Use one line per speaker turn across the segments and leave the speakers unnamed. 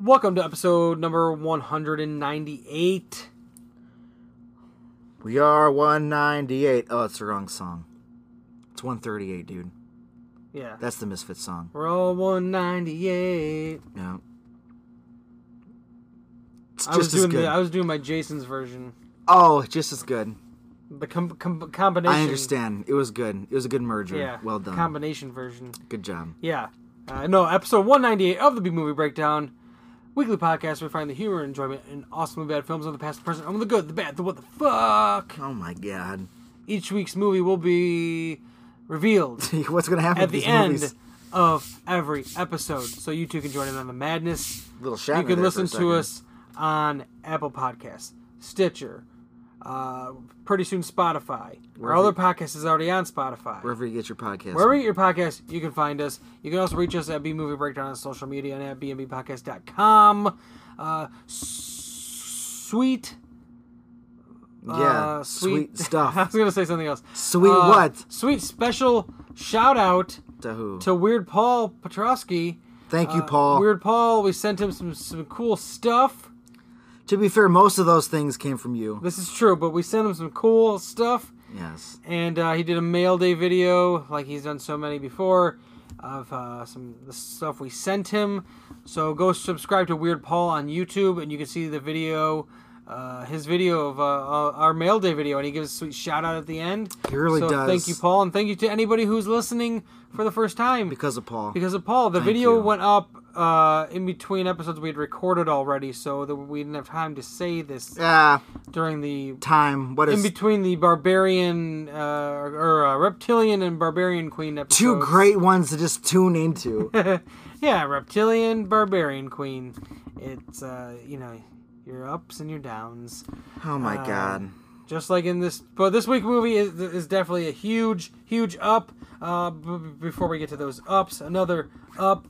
Welcome to episode number 198.
We are 198. Oh, it's the wrong song. It's 138, dude.
Yeah.
That's the Misfits song.
We're all 198.
No. It's
I was
just as
doing
good.
the, I was doing my Jason's version.
oh, just as good.
The com- com- combination.
I understand. It was good. It was a good merger.
Yeah.
Well done.
Combination version.
good job.
Yeah. Uh, no, episode 198 of the B Movie Breakdown. Weekly podcast where we find the humor and enjoyment in awesomely bad films of the past, the present, and the good, the bad, the what the fuck.
Oh my god.
Each week's movie will be revealed
What's gonna happen
at
with
the
these
end
movies?
of every episode. So you two can join in on the madness.
Little Shatner
you
there
can
for a
listen to
second.
us on Apple Podcasts, Stitcher, uh, pretty soon Spotify. Our other podcast is already on Spotify.
Wherever you get your podcast.
Wherever you get your podcast, you can find us. You can also reach us at B Movie Breakdown on social media and at bnbpodcast.com. Uh, sweet.
yeah.
uh,
sweet,
sweet I
stuff.
was going to say something else.
Sweet
Uh,
what?
Sweet special shout out
To who?
to uh, Weird Paul Petrosky.
Thank you, Paul.
Weird Paul, we sent him some, some cool stuff.
To be fair, most of those things came from you.
This is true, but we sent him some cool stuff.
Yes.
And uh, he did a mail day video, like he's done so many before, of uh, some of the stuff we sent him. So go subscribe to Weird Paul on YouTube, and you can see the video, uh, his video of uh, uh, our mail day video, and he gives a sweet shout out at the end.
He really
so
does.
Thank you, Paul, and thank you to anybody who's listening for the first time.
Because of Paul.
because of Paul. The video
you.
went up uh, in between episodes we had recorded already, so that we didn't have time to say this
Ah,
during the
time. What
in
is
between the barbarian uh, or uh, reptilian and barbarian queen episodes.
two great ones to just tune into?
yeah, reptilian, barbarian queen. It's uh, you know your ups and your downs,
oh my god.
just like in this. But this week movie is is definitely a huge, huge up. Uh, b- b- before we get to those ups, another up.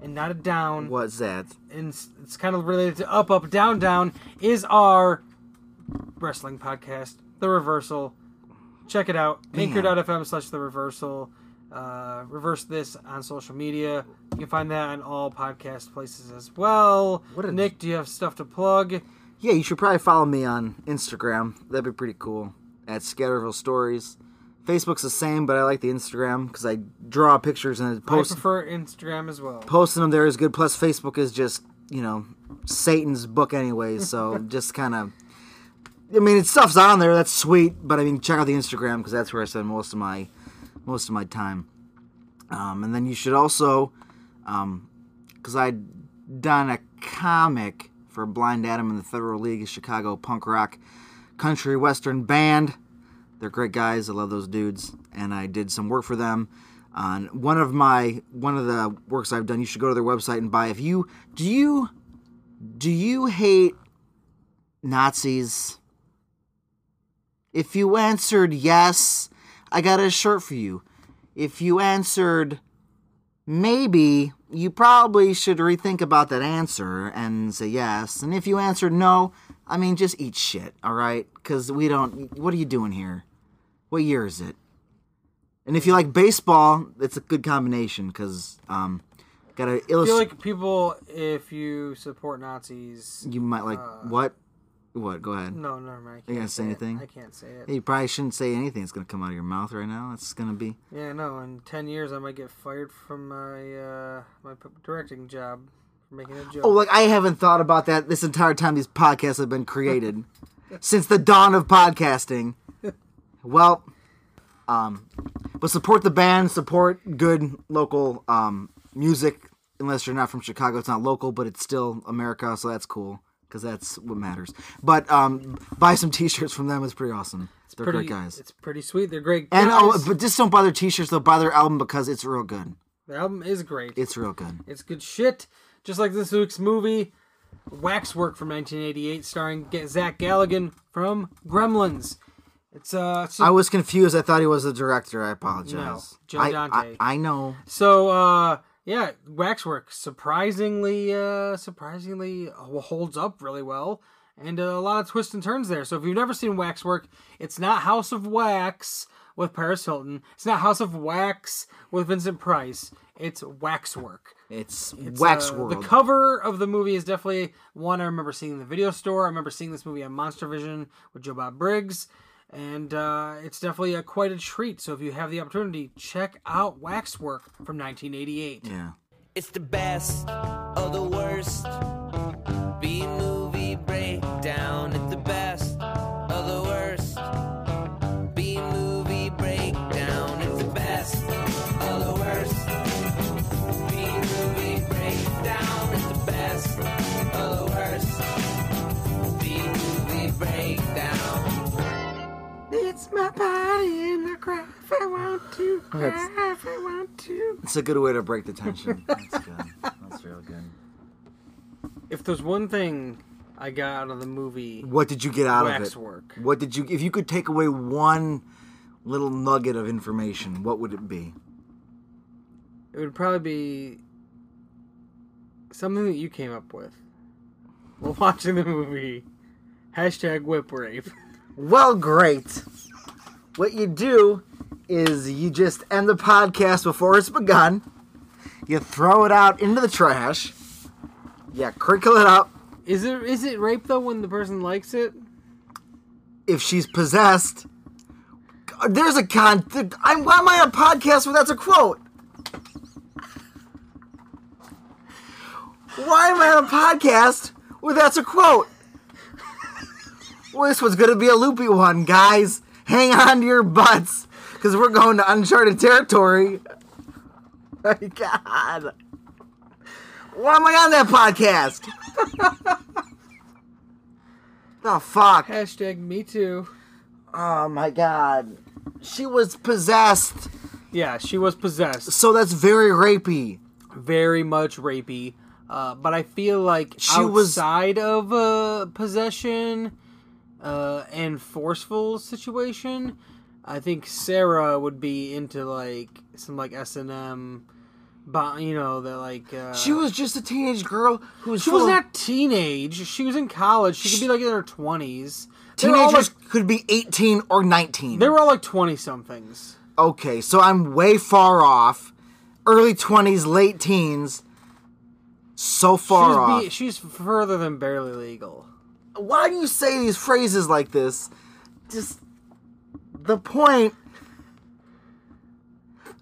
And not a down.
What's that?
and it's, it's kind of related to up up down down is our wrestling podcast the reversal check it out anchor.fm slash the reversal uh, reverse this on social media you can find that on all podcast places as well
What a-
nick do you have stuff to plug
Yeah, you should probably follow me on Instagram. That'd be pretty cool. At Scatterville Stories. Facebook's the same, but I like the Instagram because I draw pictures and I
i
post
prefer instagram as well
posting them there is good. Plus, Facebook is just you know Satan's book anyway, so just kind of. I mean, it stuff's on there. That's sweet, but I mean, check out the Instagram because that's where I spend most of my most of my time. Um, and then you should also, because I'd done a comic for Blind Adam and the Federal League, a Chicago punk rock country western band. They're great guys. I love those dudes, and I did some work for them. On one of my one of the works I've done, you should go to their website and buy. If you do you do you hate Nazis? If you answered yes, I got a shirt for you. If you answered maybe, you probably should rethink about that answer and say yes. And if you answered no, I mean, just eat shit, all right? Because we don't. What are you doing here? What year is it? And if you like baseball, it's a good combination because um, gotta
i feel
illustrate.
like people if you support nazis
You might like what? What? Go ahead.
no never mind i can't
You gonna say
it.
anything?
i can't say it
You probably shouldn't say anything that's gonna come out of your mouth right now. It's gonna be
Yeah, no. In ten years, I might get fired from my uh, my p- directing job for making a joke.
oh, like I haven't thought about that this entire time these podcasts have been created since the dawn of podcasting. Well, um, but support the band, support good local um music. Unless you're not from Chicago, it's not local, but it's still America, so that's cool because that's what matters. But um, buy some T-shirts from them; it's pretty awesome. They're
pretty,
great guys.
It's pretty sweet. They're great.
And
guys.
oh, but just don't buy their T-shirts. They'll buy their album because it's real good.
the album is great.
It's real good.
It's good shit. Just like this week's movie, Waxwork from 1988, starring Ga- Zach Galligan from Gremlins. It's uh, it's-
I was confused. I thought he was the director. I apologize.
No, Joe
I,
Dante.
I, I know.
so uh, yeah, Waxwork surprisingly uh, surprisingly uh, holds up really well. And uh, a lot of twists and turns there. So if you've never seen Waxwork, it's not House of Wax, with Paris Hilton. It's not House of Wax with Vincent Price. It's Waxwork.
It's,
It's,
Wax
uh,
World.
The cover of the movie is definitely one I remember seeing in the video store. I remember seeing this movie on Monster Vision with Joe Bob Briggs, and uh, it's definitely a, quite a treat. So if you have the opportunity, check out Waxwork from 1988.
yeah.
It's the best of the worst. B movie breakdown. It's the best of the worst. B movie breakdown. It's the best of the worst. B movie breakdown. It's the best of the worst. B movie breakdown.
It's my body in the graph. I want to
That's-
I want to. It's a good way to break the tension. That's good. That's real good.
If there's one thing I got out of the movie,
What did you get out of it?
Waxwork.
What did you? If you could take away one little nugget of information, what would it be?
It would probably be something that you came up with while watching the movie. Hashtag whip rape.
Well, great. What you do is you just end the podcast before it's begun. You throw it out into the trash. You crinkle it up.
Is it is it rape though when the person likes it?
If she's possessed, there's a con. I'm, why am I on a podcast where that's a quote? Why am I on a podcast where that's a quote? Well, this one's going to be a loopy one, guys. Hang on to your butts because we're going to uncharted territory. My God. Why am I on that podcast? the fuck?
Hashtag me too.
Oh my God. She was possessed.
Yeah, she was possessed.
So that's very rapey.
Very much rapey. Uh, but I feel like
She was-
outside of uh, possession uh, and forceful situation, I think Sarah would be into like some like S and M, you know that like uh,
She was just a teenage girl who was
she was
full of-
not teenage. She was in college. She could be like in her twenties.
Teenagers could be 18 or 19.
They were all like twenty somethings.
Okay, so I'm way far off. Early 20s, late teens. So far
She's,
off.
be- she's further than barely legal.
Why do you say these phrases like this? Just the point.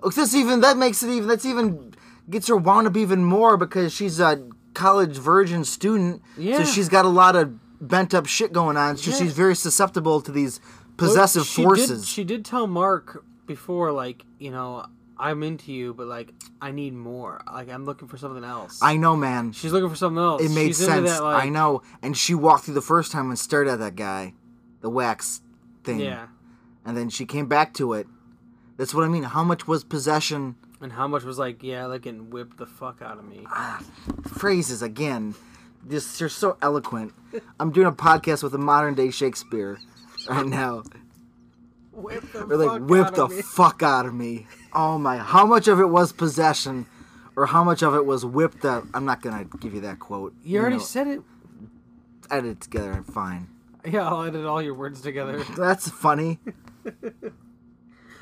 Oh, This even that makes it even that's even gets her wound up even more because she's a college virgin student.
Yeah.
So she's got a lot of bent up shit going on. So
Yeah.
she's very susceptible to these possessive
She did-
forces.
she did tell Mark before, like, you know, I'm into you, but like, I need more. Like, I'm looking for something else.
I know, man.
She's looking for something else.
It made
She's
sense.
Into that, like,
I know. And she walked through the first time and stared at that guy, the wax thing.
Yeah.
And then she came back to it. That's what I mean. How much was possession?
And how much was like, yeah, like, getting whipped the fuck out of me.
Phrases again. Just you're so eloquent. I'm doing a podcast with a modern day Shakespeare right now.
Whip the
They're like, whip the fuck out of me. Oh my! How much of it was possession, or how much of it was whipped? The I'm not gonna give you that quote.
you already
know,
said it.
edit it together. I'm fine.
Yeah, I'll edit all your words together.
That's funny.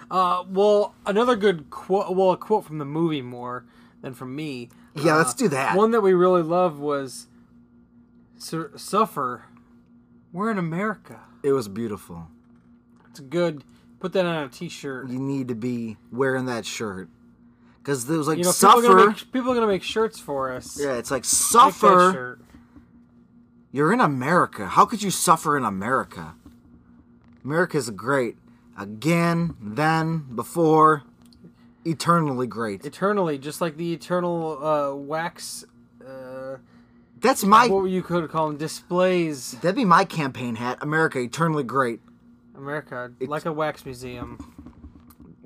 Uh, well, another good quote. Well, a quote from the movie more than from me.
Yeah, let's do that.
One that we really loved was "Sur- "Suffer." We're in America.
It was beautiful.
It's good. Put that on a T-shirt.
You need to be wearing that shirt because there was like
You know, people are, gonna
suffer.
make, people are gonna make shirts for us.
Yeah, it's like
Make that
suffer.
shirt.
You're in America. How could you suffer in America? America's great. Again, then, before, eternally great.
eternally, just like the eternal uh, wax. Uh,
That's my.
what you could call them displays.
That'd be my campaign hat. America, eternally great.
America, like a wax museum.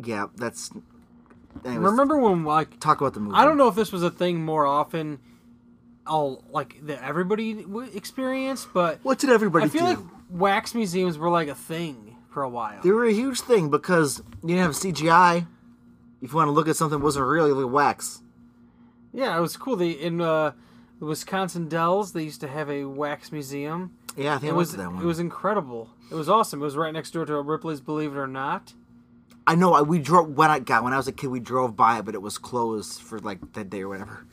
Yeah, that's. Anyways,
Remember when like
talk about the movie.
I don't know if this was a thing more often, all like that everybody w- experienced, but
What did everybody
I feel
do?
like wax museums were like a thing for a while.
they were a huge thing because you didn't have CGI. If you want to look at something that wasn't really like wax.
Yeah, it was cool. They in uh, the Wisconsin Dells, they used to have a wax museum.
Yeah, I think
It
it was
was
that one.
it was incredible. It was awesome. It was right next door to a Ripley's Believe It or Not.
I know I we drove when I got when I was a kid we drove by it, but it was closed for like that day or whatever.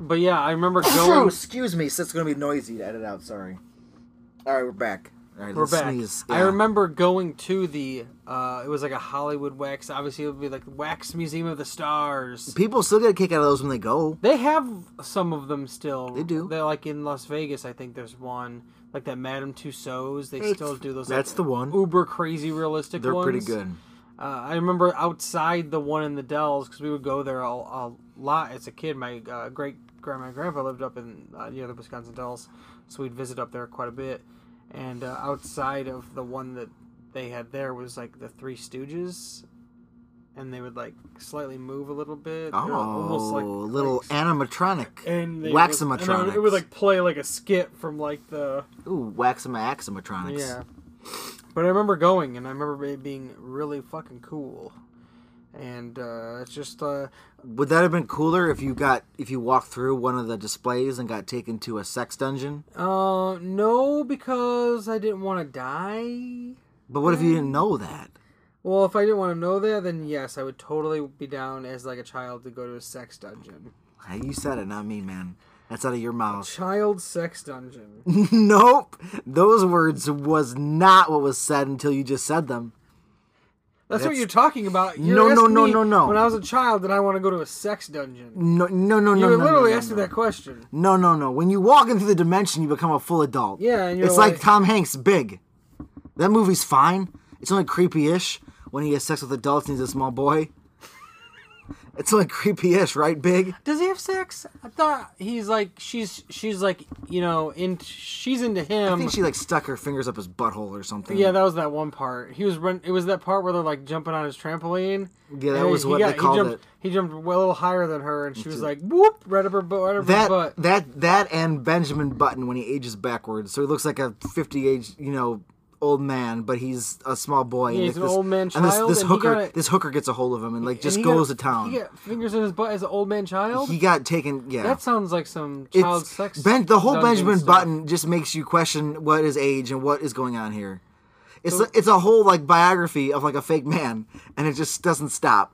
But yeah, I remember
Oh,
going.
excuse me, so it's gonna be noisy to edit out. Sorry. All right, we're back. All right,
We're
let's
back.
sneeze.
I
Yeah.
remember going to the. Uh, it was like a Hollywood wax. Obviously, it would be like Wax Museum of the Stars.
people still get a kick out of those when they go.
They have some of them still.
They do.
They're like in Las Vegas. I think there's one like that Madame Tussauds. They
It's-
still do those.
that's
like,
the one.
Uber crazy realistic.
They're pretty
ones.
good.
Uh, I remember outside the one in the Dells because we would go there a, a lot as a kid. My uh, great grandma and grandpa lived up in uh, near the Wisconsin Dells, so we'd visit up there quite a bit. And uh, outside of the one that they had there was like the Three Stooges, and they would like slightly move a little bit. They
Oh,
were almost like
little
like-
animatronic.
and they would- and
Waxamatronics.
it would like play like a skit from like the
Ooh, waxamaxamatronics.
yeah. But I remember going, and I remember it being really fucking cool. And uh, it's just uh,
Would that have been cooler if you got if you walked through one of the displays and got taken to a sex dungeon?
uh, no, because I didn't want to die.
But what if
Mm.
you didn't know that?
Well, if I didn't want to know that, then yes, I would totally be down as like a child to go to a sex dungeon.
Hey, You said it, not me, man. That's out of your mouth.
Child sex dungeon.
nope. Those words was not what was said until you just said them.
That's, what
That's-
you're talking about. you
No, no,
asked
no,
me
no, no.
When I was a child, did I want to go to a sex dungeon?
No, no, no,
You
no.
were
no,
literally
no, no,
asking
no.
that question.
No, no, no. When you walk into the dimension, you become a full adult.
Yeah, and you're
it's like,
like-
Tom Hanks, Big. That movie's fine. It's only creepy-ish when he has sex with adults and he's a small boy. it's only creepy-ish, right, Big?
Does he have sex? I thought he's like she's she's like you know in she's into
I
him.
think she like stuck her fingers up his butthole or something.
yeah, that was that one part. He was run. It was that part where they're like jumping on his trampoline.
Yeah, that
And
was
he
what
got-
they called
he jumped,
it.
He jumped well a little higher than her, and she was like whoop right up her butt. Right up her
That
butt.
that that and Benjamin Button when he ages backwards, so he looks like a fifty age you know old man, but he's a small boy. and
he's
like
an old man
And this,
child,
this
and he
hooker
got a-
this hooker gets a hold of him and like just
And he
goes
got-
to town.
He got fingers in his butt as an old man child.
He got taken. Yeah,
that sounds like some
It's-
child sex.
Ben, the whole
dungeon
Benjamin
stuff.
Button just makes you question what is age and what is going on here. It's a, it's a whole like biography of like a fake man, and it just doesn't stop.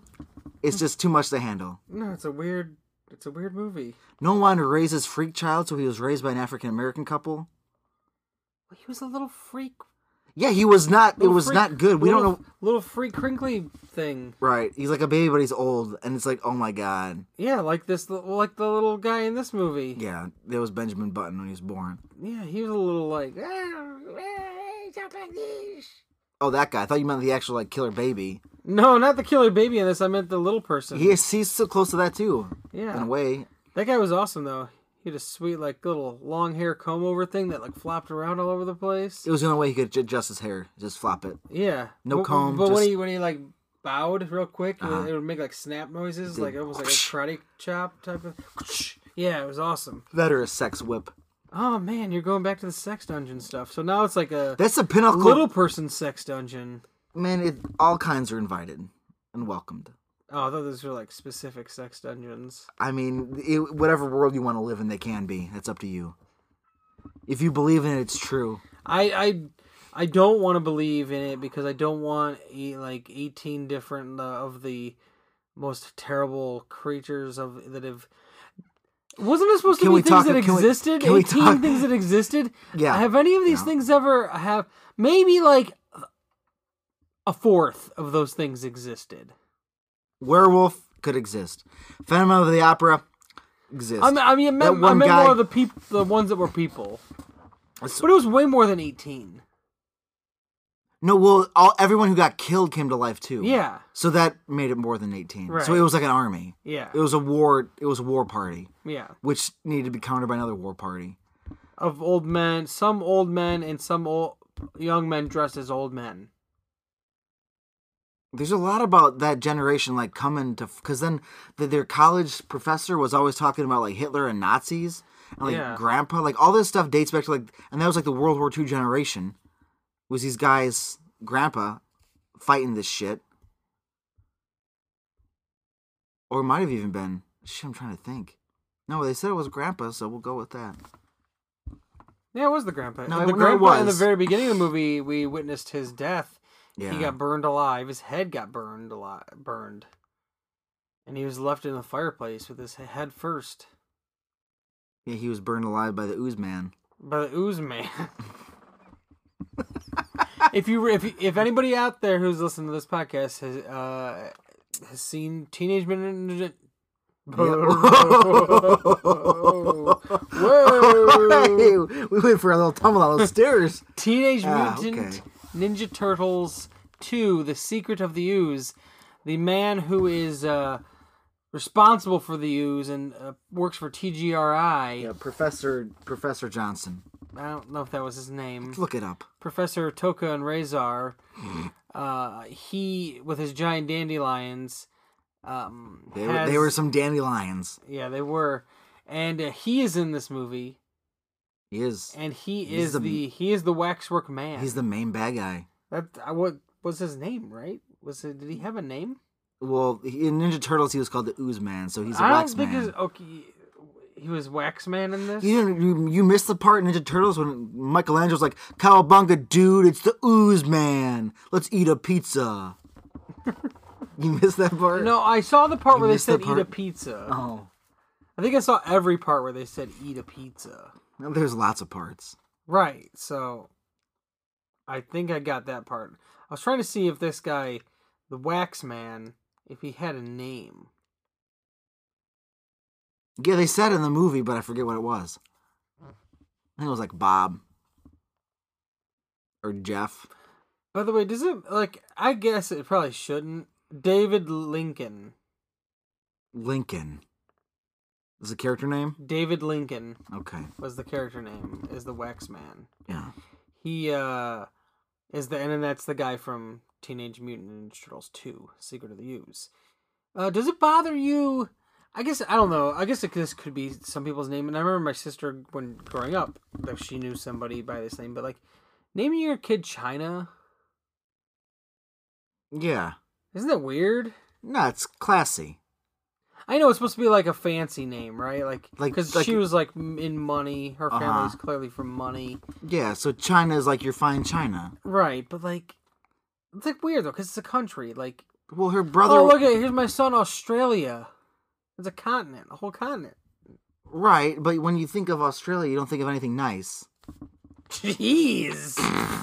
It's just too much to handle.
No, it's a weird. It's a weird movie.
No one raises freak child, so he was raised by an African American couple.
He was a little freak.
Yeah, he was not. it
little
was
freak-
not good. We
little-
don't know.
Little freak crinkly thing.
Right, he's like a baby, but he's old, and it's like, oh my god.
Yeah, like this, li- like the little guy in this movie.
Yeah, there was Benjamin Button when he was born.
Yeah, he was a little like, "Ah, ah, talk like this."
Oh, that guy. I thought you meant the actual like killer baby.
No, not the killer baby in this. I meant the little person.
He is, he's so close to that too. In a
yeah,
way,
that guy was awesome though. He had a sweet like little long hair comb over thing that like flopped around all over the place.
It was the only way he could adjust his hair. Just flop it.
Yeah,
No
but,
comb,
But when
just- Uh-huh.
he when he like bowed real quick, it would- it would make like snap noises, like almost like a karate chop type of. Yeah, it was awesome.
That or a sex whip.
Oh man, you're going back to the sex dungeon stuff. So now it's like a
That's the pinnacle.
little person sex dungeon.
Man, it, all kinds are invited and welcomed.
Oh, I thought those were like specific sex dungeons.
I mean, it, whatever world you want to live in, they can be. That's up to you. If you believe in it, it's true.
I I I don't want to believe in it because I don't want eh, like eighteen different uh, of the most terrible creatures of that have. Wasn't it supposed
Can
to
we
be things
talk-
that
can we-
existed?
can we
Eighteen
talk-
things that existed.
Yeah.
Have any of these things ever have maybe like a fourth of those things existed?
Werewolf could exist. Phantom of the Opera exists.
I mean, I mean, I meant, I
one
meant
guy-
more of the peop- the ones that were people,
That's-
but it was way more than eighteen.
no, well, all, everyone who got killed came to life too.
Yeah,
So that made it more than 18.
Right.
So it was like an army.
yeah,
It was a war. It was a war party,
yeah.
which needed to be countered by another war party.
of old men, some old men and some old young men dressed as old men.
there's a lot about that generation like coming to because then the, their college professor was always talking about like Hitler and Nazis and like
Yeah.
grandpa like all this stuff dates back to like and that was like the World War II generation was these guys grandpa fighting this shit or it might have even been shit I'm trying to think no they said it was grandpa so we'll go with that
Yeah, it was the grandpa.
No,
the
it- no, it
grandpa in the
was.
very beginning of the movie, we witnessed his death,
Yeah.
He got burned alive. His head got burned a lot, burned, and he was left in the fireplace with his head first
yeah, he was burned alive by the ooze man.
by the ooze man. if you if you- if anybody out there who's listening to this podcast has uh has seen Teenage Mutant Ninja. Whoa.
Hey, we went for a little tumble down those stairs.
Teenage
Ah,
Mutant
okay.
Ninja Turtles 2: The Secret of the Ooze. The man who is uh, responsible for the ooze and uh, works for TGRI.
Yeah, Professor Professor Johnson.
I don't know if that was his name.
Look it up.
Professor Toka and Razar. uh, he with his giant dandelions. Um,
They were,
has-
they were some dandelions.
yeah, they were, and uh, he is in this movie,
He is.
and he
He's
is
the-
the, he is the waxwork man.
He's the main bad guy.
that I, what was his name, right? Was it? Did he have a name?
Well, he- in Ninja Turtles, he was called the Ooze Man, so he's a
I
wax
don't think
man.
his okay. He was Waxman in this.
You, didn't- you you missed the part in Ninja Turtles when Michelangelo's like, "Cowabunga, dude! It's the Ooze Man. Let's eat a pizza." you missed that part.
No, I saw the part where they
missed the
said eat a
part-
pizza.
Oh,
I think I saw every part where they said eat a pizza.
no, there's lots of parts.
Right. So I think I got that part. I was trying to see if this guy, the Wax Man, if he had a name.
Yeah, they said in the movie, but I forget what it was. I think it was like Bob or Jeff.
By the way, does it like I guess it probably shouldn't. David Lincoln.
Lincoln. Is the character name?
David Lincoln
Okay.
was the character name, is the Wax Man.
Yeah.
He uh is the and then that's the guy from Teenage Mutant Ninja Turtles 2, Secret of the Ooze. Uh does it bother you? I guess I don't know. I guess it, this could be some people's name. And I remember my sister when growing up that she knew somebody by this name, but like naming your kid China
Yeah.
isn't that weird?
No, it's classy.
I know it's supposed to be like a fancy name, right? Like,
Like-
because
like-
she was like m- in money. Her
Uh-huh.
family's clearly from money,
Yeah, so China is like your fine China.
right? But like, it's like weird though, because it's a country. Like,
Well, her brother.
Oh, look at here's my son, Australia. It's a continent, a whole continent.
Right, but when you think of Australia, you don't think of anything nice.
Jeez,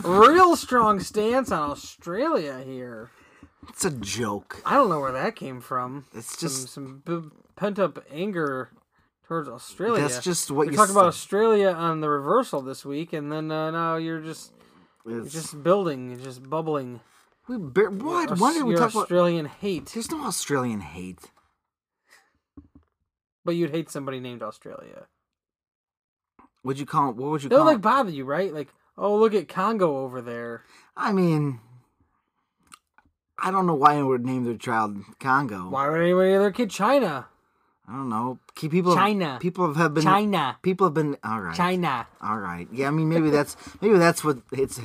real strong stance on Australia here.
It's a joke.
I don't know where that came from.
It's
Some,
just
some b- pent up anger towards Australia.
that's just what
We're
you
talking uh, about
said.
Australia on the reversal this week, and then uh, now you're just you're
It's-
just building, you're just bubbling.
we bar- what?
Aus-
Why did we
your
talk about?
Australian hate?
There's no Australian hate.
But you'd hate somebody named Australia.
Would you call? What would you
That would
call?
like bother you, right? Like, oh look at Congo over there.
I mean, I don't know why anyone would name their child Congo.
Why would anybody name their kid China?
I don't know. Keep people
China.
People have been
China.
People have been all right.
China.
All right. Yeah. I mean, maybe that's maybe that's what it's.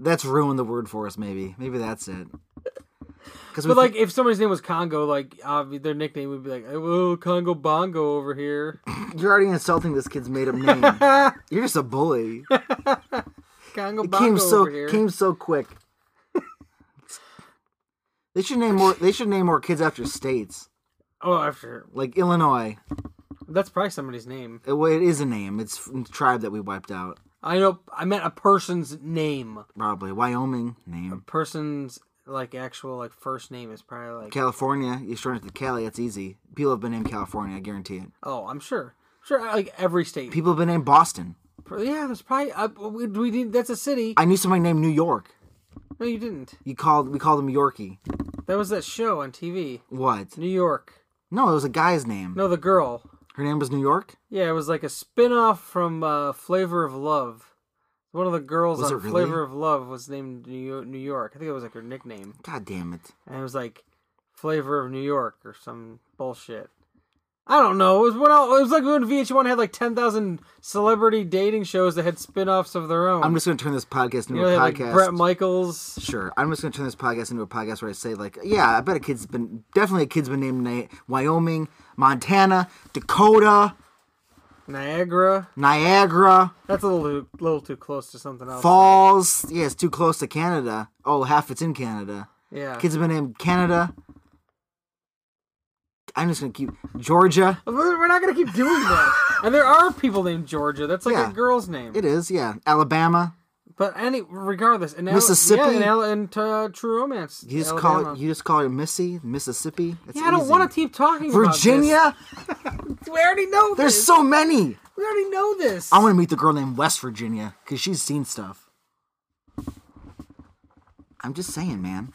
That's ruined the word for us. Maybe. Maybe that's it. Because
But like, if somebody's name was Congo, like obvi- their nickname would be like, "Oh, Congo Bongo over here."
You're already insulting this kid's made up name. You're just a bully. It
Congo Bongo
came so
over here.
came so quick. they should name more they should name more kids after states.
Oh, after
Like Illinois.
that's probably somebody's name.
It, Uh, well, it is a name. It's from the tribe that we wiped out.
I know. I meant a person's name.
Probably. Wyoming name.
Person's like actual like first name is probably like.
California, you shorten it to Cali, it's easy. People have been named California, I guarantee it.
Oh, I'm sure. Sure, like every state.
People have been named Boston.
yeah, there's probably. Uh, we, we did. That's a city.
I knew somebody named New York.
no, you didn't.
You called we called him Yorkie.
That was that show on TV.
What?
New York.
No, it was a guy's name.
No, the girl.
Her name was New York?
Yeah, it was like a spin-off from uh, Flavor of Love. One of the girls
Was
on
it really?
Flavor of Love was named New York, New York. I think it was like her nickname.
God damn it.
And it was like Flavor of New York or some bullshit. I don't know. It was when all, it was like when VH1 had like 10,000 celebrity dating shows that had spin-offs of their own.
I'm just gonna turn this podcast
you
into
know, they
a
had,
podcast.
like Brett Michaels.
Sure. I'm just gonna turn this podcast into a podcast where I say like, yeah, I bet a kid's been definitely a kid's been named Na- Wyoming, Montana, Dakota,
Niagara.
Niagara
That's a little little too close to something else.
Falls. Yeah, it's too close to Canada. Oh, half it's in Canada.
Yeah.
Kids have been named Canada. I'm just gonna keep Georgia.
We're we're not gonna keep doing that. and there are people named Georgia. That's like
Yeah.
a girl's name.
It is, yeah. Alabama.
But any, regardless, in Al-
Mississippi?
yeah, in, Al- in uh, True Romance,
You just call
Alabama.
it. You just call her Missy, Mississippi. It's
yeah, I don't
easy.
want to keep talking. about this.
Virginia.
we already know
There's
this.
so many.
we already know this.
I want to meet the girl named West Virginia because she's seen stuff. I'm just saying, man.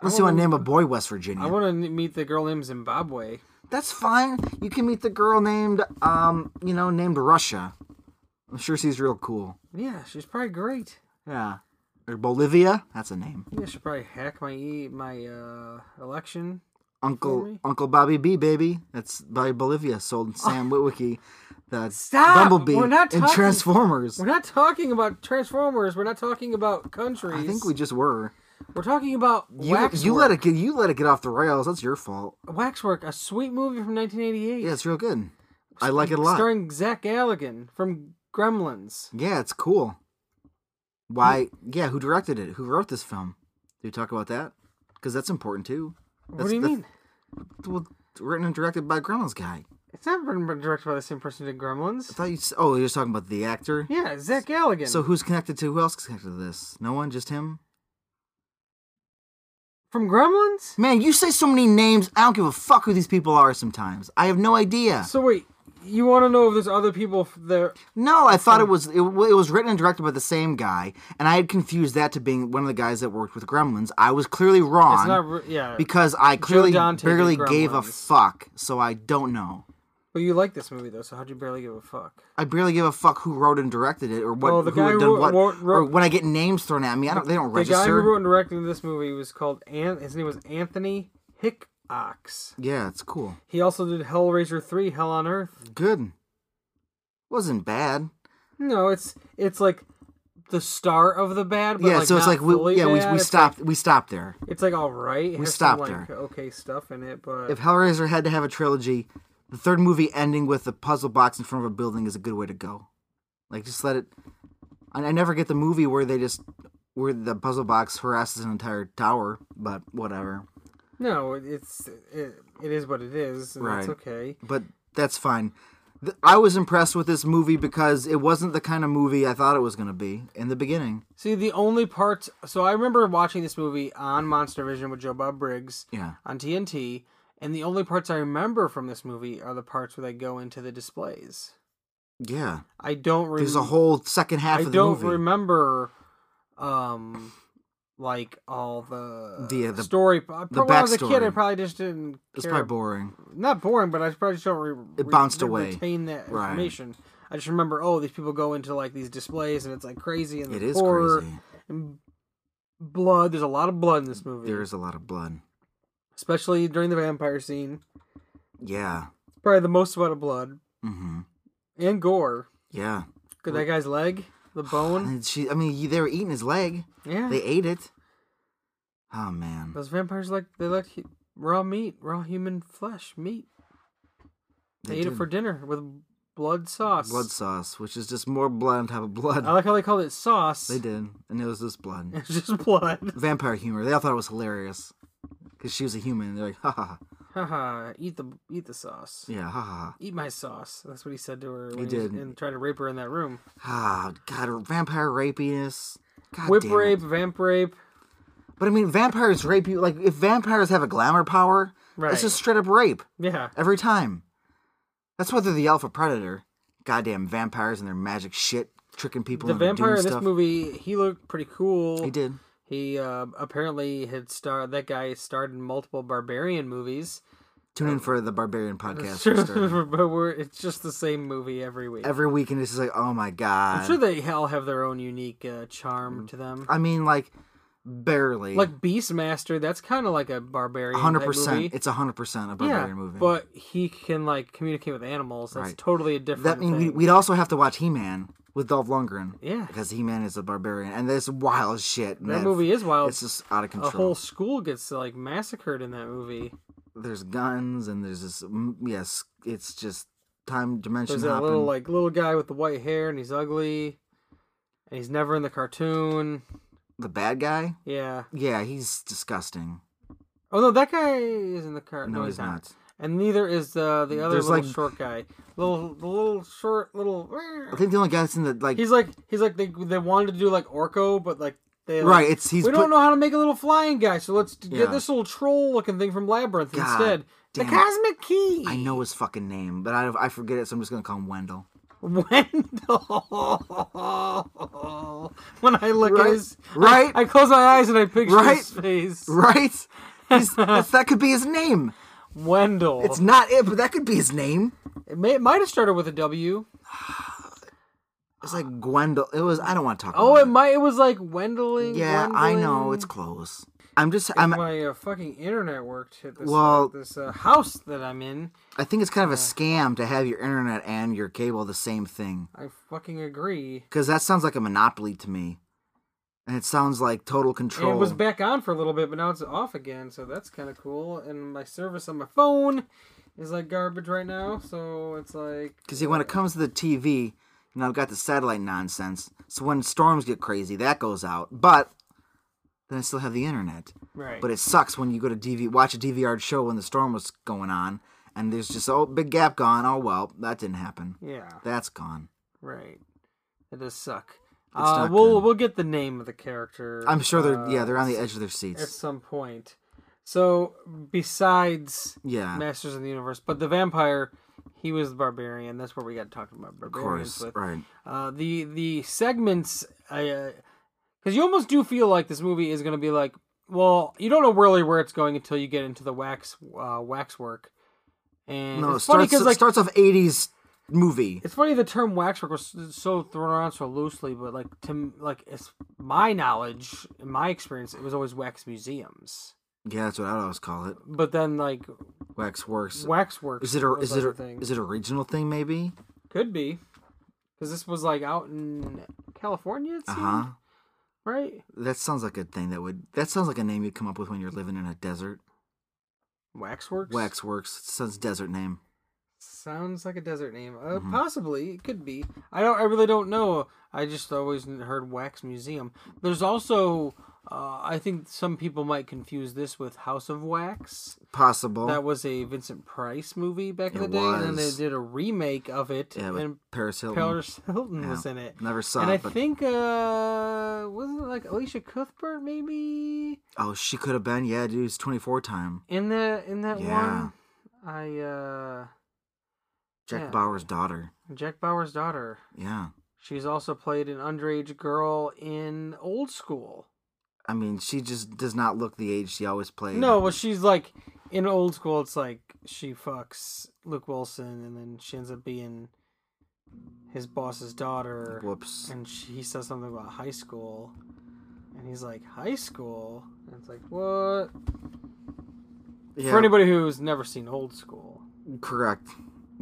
Unless you want to name a boy West Virginia.
I want to meet the girl named Zimbabwe.
That's fine. You can meet the girl named, um, you know, named Russia. I'm sure she's real cool.
Yeah, she's probably great.
Yeah. Or Bolivia. That's a name.
Yeah, she'll probably hack my e- my uh, election.
Uncle
Really?
Uncle Bobby B, baby. That's by Bolivia. Sold Sam Witwicky. That's
Stop!
Bumblebee
We're not
and
talking-
Transformers.
We're not talking about Transformers. We're not talking about countries.
I think we just were.
We're talking about
You,
Waxwork.
you let it get you let it get off the rails. That's your fault.
Waxwork, a sweet movie from 1988.
Yeah, it's real good. I like it a lot.
Starring Zach Galligan from Gremlins.
yeah, it's cool. Why? Yeah, who directed it? Who wrote this film? Do we talk about that? Because that's important too.
what
That's-
do you
that's-
mean?
Well, written and directed by Gremlins guy.
It's not written and directed by the same person who did
I
Gremlins.
thought you. s- Oh, you're just talking about the actor.
Yeah, Zach Galligan.
So who's connected to? Who else is connected to this? No one, just him.
from Gremlins.
Man, you say so many names. I don't give a fuck who these people are. Sometimes I have no idea.
So wait, you want to know if there's other people f- there?
No, I thought it was it, w- it was written and directed by the same guy, and I had confused that to being one of the guys that worked with Gremlins. I was clearly wrong.
It's not. Re- yeah,
because I clearly
Dante did
barely gave a
Gremlins.
fuck, so I don't know.
but you like this movie though, so how'd you barely give a fuck?
I barely give a fuck who wrote and directed it, or what
Well, the
who
guy
had
who
done
wrote-
what,
wrote-
or
wrote-
when I get names thrown at me, I don't. They don't
The guy who
register.
wrote and directed this movie was called An- his name was Anthony Hickox.
yeah, it's cool.
He also did Hellraiser three, Hell on Earth.
Good. Wasn't bad.
No, it's it's like the star of the bad. But
yeah,
like
so it's
not
like we
fully
yeah we,
bad.
we
It's
stopped we stopped there.
like- It's like all right. It has some,
stopped
like,
there.
Okay, stuff in it, but
If Hellraiser had to have a trilogy, the third movie ending with a puzzle box in front of a building is a good way to go. Like just let it. I, I never get the movie where they just where the puzzle box harasses an entire tower, but whatever.
no, it- it's it, it is what it is, and that's
Right.
okay.
but that's fine. Th- I was impressed with this movie because it wasn't the kind of movie I thought it was going to be in the beginning.
See, the only parts. So I remember watching this movie on Monster Vision with Joe Bob Briggs
Yeah.
on TNT, and the only parts I remember from this movie are the parts where they go into the displays.
Yeah.
I don't. Rem-
There's a whole second half
I
of the
don't
movie.
remember, um, like all the
The- the-
story. I pro- when I was a kid, I
backstory.
probably just didn't.
it's
care.
probably boring.
Not boring, but I probably just don't. Re-
It
re-
bounced
didn't
away.
Retain that
Right.
information. I just remember, oh, these people go into like these displays, and it's like crazy, and
It
the
is
horror
crazy.
and blood. There's a lot of blood in this movie,
There is a lot of blood.
especially during the vampire scene.
Yeah.
Probably the most amount of blood
Mm-hmm.
and gore.
Yeah.
Good that guy's leg, the bone.
And she, I mean, you- they were eating his leg.
Yeah,
They ate it. Oh man.
those vampires like they like hu- raw meat, raw human flesh, meat. They, ate
did.
it for dinner with blood sauce.
blood sauce, which is just more blood on top of blood.
I like how they called it sauce.
They did, and it was just blood.
It's just blood.
Vampire humor. They all thought it was hilarious because she was a human. They're like, ha ha. ha.
Haha, eat the eat the sauce.
Yeah, ha ha. ha.
Eat my sauce. That's what he said to her when he,
did.
was- and tried to rape her in that room.
Ah, God, vampire rapiness. God
Whip
damn it.
rape, vamp rape.
But I mean, vampires rape you. Like, if vampires have a glamour power,
Right.
it's just straight up rape
Yeah.
every time. That's why they're the alpha predator. Goddamn vampires and their magic shit, tricking people.
The
into doing
vampire in this
stuff.
movie, he looked pretty cool.
He did.
He uh, apparently had starred. That guy starred in multiple barbarian movies.
Tune in for the Barbarian podcast. for starters.
but we're, it's just the same movie every week.
Every week, and it's just like, oh my
I'm
god.
sure they all have their own unique uh, charm to them.
Mm. I mean, like, barely.
Like Beastmaster, that's kind of like a barbarian. type
100%.
movie.
It's 100% a
yeah,
Barbarian movie.
but he can like communicate with animals. That's
Right.
totally a different.
That means we,
thing.
we'd also have to watch He Man with Dolph Lundgren.
Yeah.
Because He Man is a barbarian and there's wild shit. in
that, movie is wild.
It's just out
a
of control.
whole school gets like massacred in that movie.
There's guns and there's this. mm, Yes, it's just time dimension
There's that
hopping.
little like little guy with the white hair and he's ugly, and he's never in the cartoon.
the bad guy?
Yeah.
Yeah, he's disgusting.
Oh no, that guy is in the cartoon.
No, he's not.
And neither is the the other
There's,
little
like-
short guy. Little the little short little.
I think the only guy that's in the like
He's like he's like they they wanted to do like Orko, but like they like,
right. It's he's
we
put,
don't know how to make a little flying guy, so let's d-
Yeah.
get this little troll looking thing from Labyrinth
God
instead. The
damn it.
Cosmic Key.
I know his fucking name, but I I forget it, so I'm just gonna call him Wendell.
Wendell. When I look
Right,
at his,
right.
I, I close my eyes and I picture
Right.
his face.
Right? He's, that's- that could be his name.
Wendell.
It's not it, but that could be his name.
it, may, it might have started with a W.
It's like Gwendol. It was. I don't want to talk.
Oh,
about
it might. It was like Wendling.
Yeah, I know.
Wendling.
It's close. I'm just. I'm.
my uh, fucking internet worked at this,
Well-
this uh, house that I'm in.
I think it's kind of a scam to have your internet and your cable the same thing,
I fucking agree.
because that sounds like a monopoly to me, and it sounds like total
And
control.
It was back on for a little bit, but now it's off again, so that's kind of cool. And my service on my phone is like garbage right now, so it's like
Because when it comes to the TV, you know, I've got the satellite nonsense. So when storms get crazy, that goes out. But then I still have the internet.
right.
But it sucks when you go to DV watch a DVR show when the storm was going on, and there's just oh big gap gone. Oh well, that didn't happen.
yeah,
That's gone.
right. It does suck.
It's
Uh,
not
we'll
good.
we'll get the name of the character.
I'm sure they're
uh,
yeah they're on the edge of their
at
seats.
some point. So besides
Yeah,
Masters of the Universe, but the vampire, he was the barbarian. That's where we got talking about
of
barbarians.
course,
with.
right.
Uh, the the segments because you almost do feel like this movie is going to be like well you don't know really where it's going until you get into the wax uh, waxwork and
No, it
it's funny
starts
because like
starts off '80s movie.
it's funny the term waxwork was so thrown around so loosely but like to m- like it's my knowledge in my experience it was always wax museums
Yeah, that's what I would always call it.
but then like
Wax works.
waxwork
Is it a
was,
is
like,
it
the
a,
thing.
is it a regional thing maybe?
could be because this was like out in California it
Uh
seemed,
huh.
right
That sounds like a thing that would. That sounds like a name you'd come up with when you're living in a desert.
waxworks
Waxworks sounds desert name.
Sounds like a desert name. Uh,
Mm-hmm.
Possibly, it could be. I don't. I really don't know. I just always heard Wax Museum. There's also, uh, I think some people might confuse this with House of Wax.
Possible.
That was a Vincent Price movie back in
It
the day, and then they
was.
did a remake of it,
yeah, with
and
Paris Hilton.
Paris Hilton was
Yeah.
in it.
Never saw
and
it,
I
but
think uh, wasn't it like Alicia Cuthbert maybe
oh, she could have been. Yeah, dude, it's 24 time.
in the in that
Yeah.
one? I uh,
Jack
Yeah.
Bauer's daughter.
Jack Bauer's daughter.
Yeah,
She's also played an underage girl in Old School.
I mean, she just does not look the age she always played.
No, well, she's like in Old School. It's like she fucks Luke Wilson, and then she ends up being his boss's daughter.
Whoops.
And she, he says something about high school, and he's like, "High school," and it's like, "What?"
Yeah,
For anybody who's never seen Old School,
correct.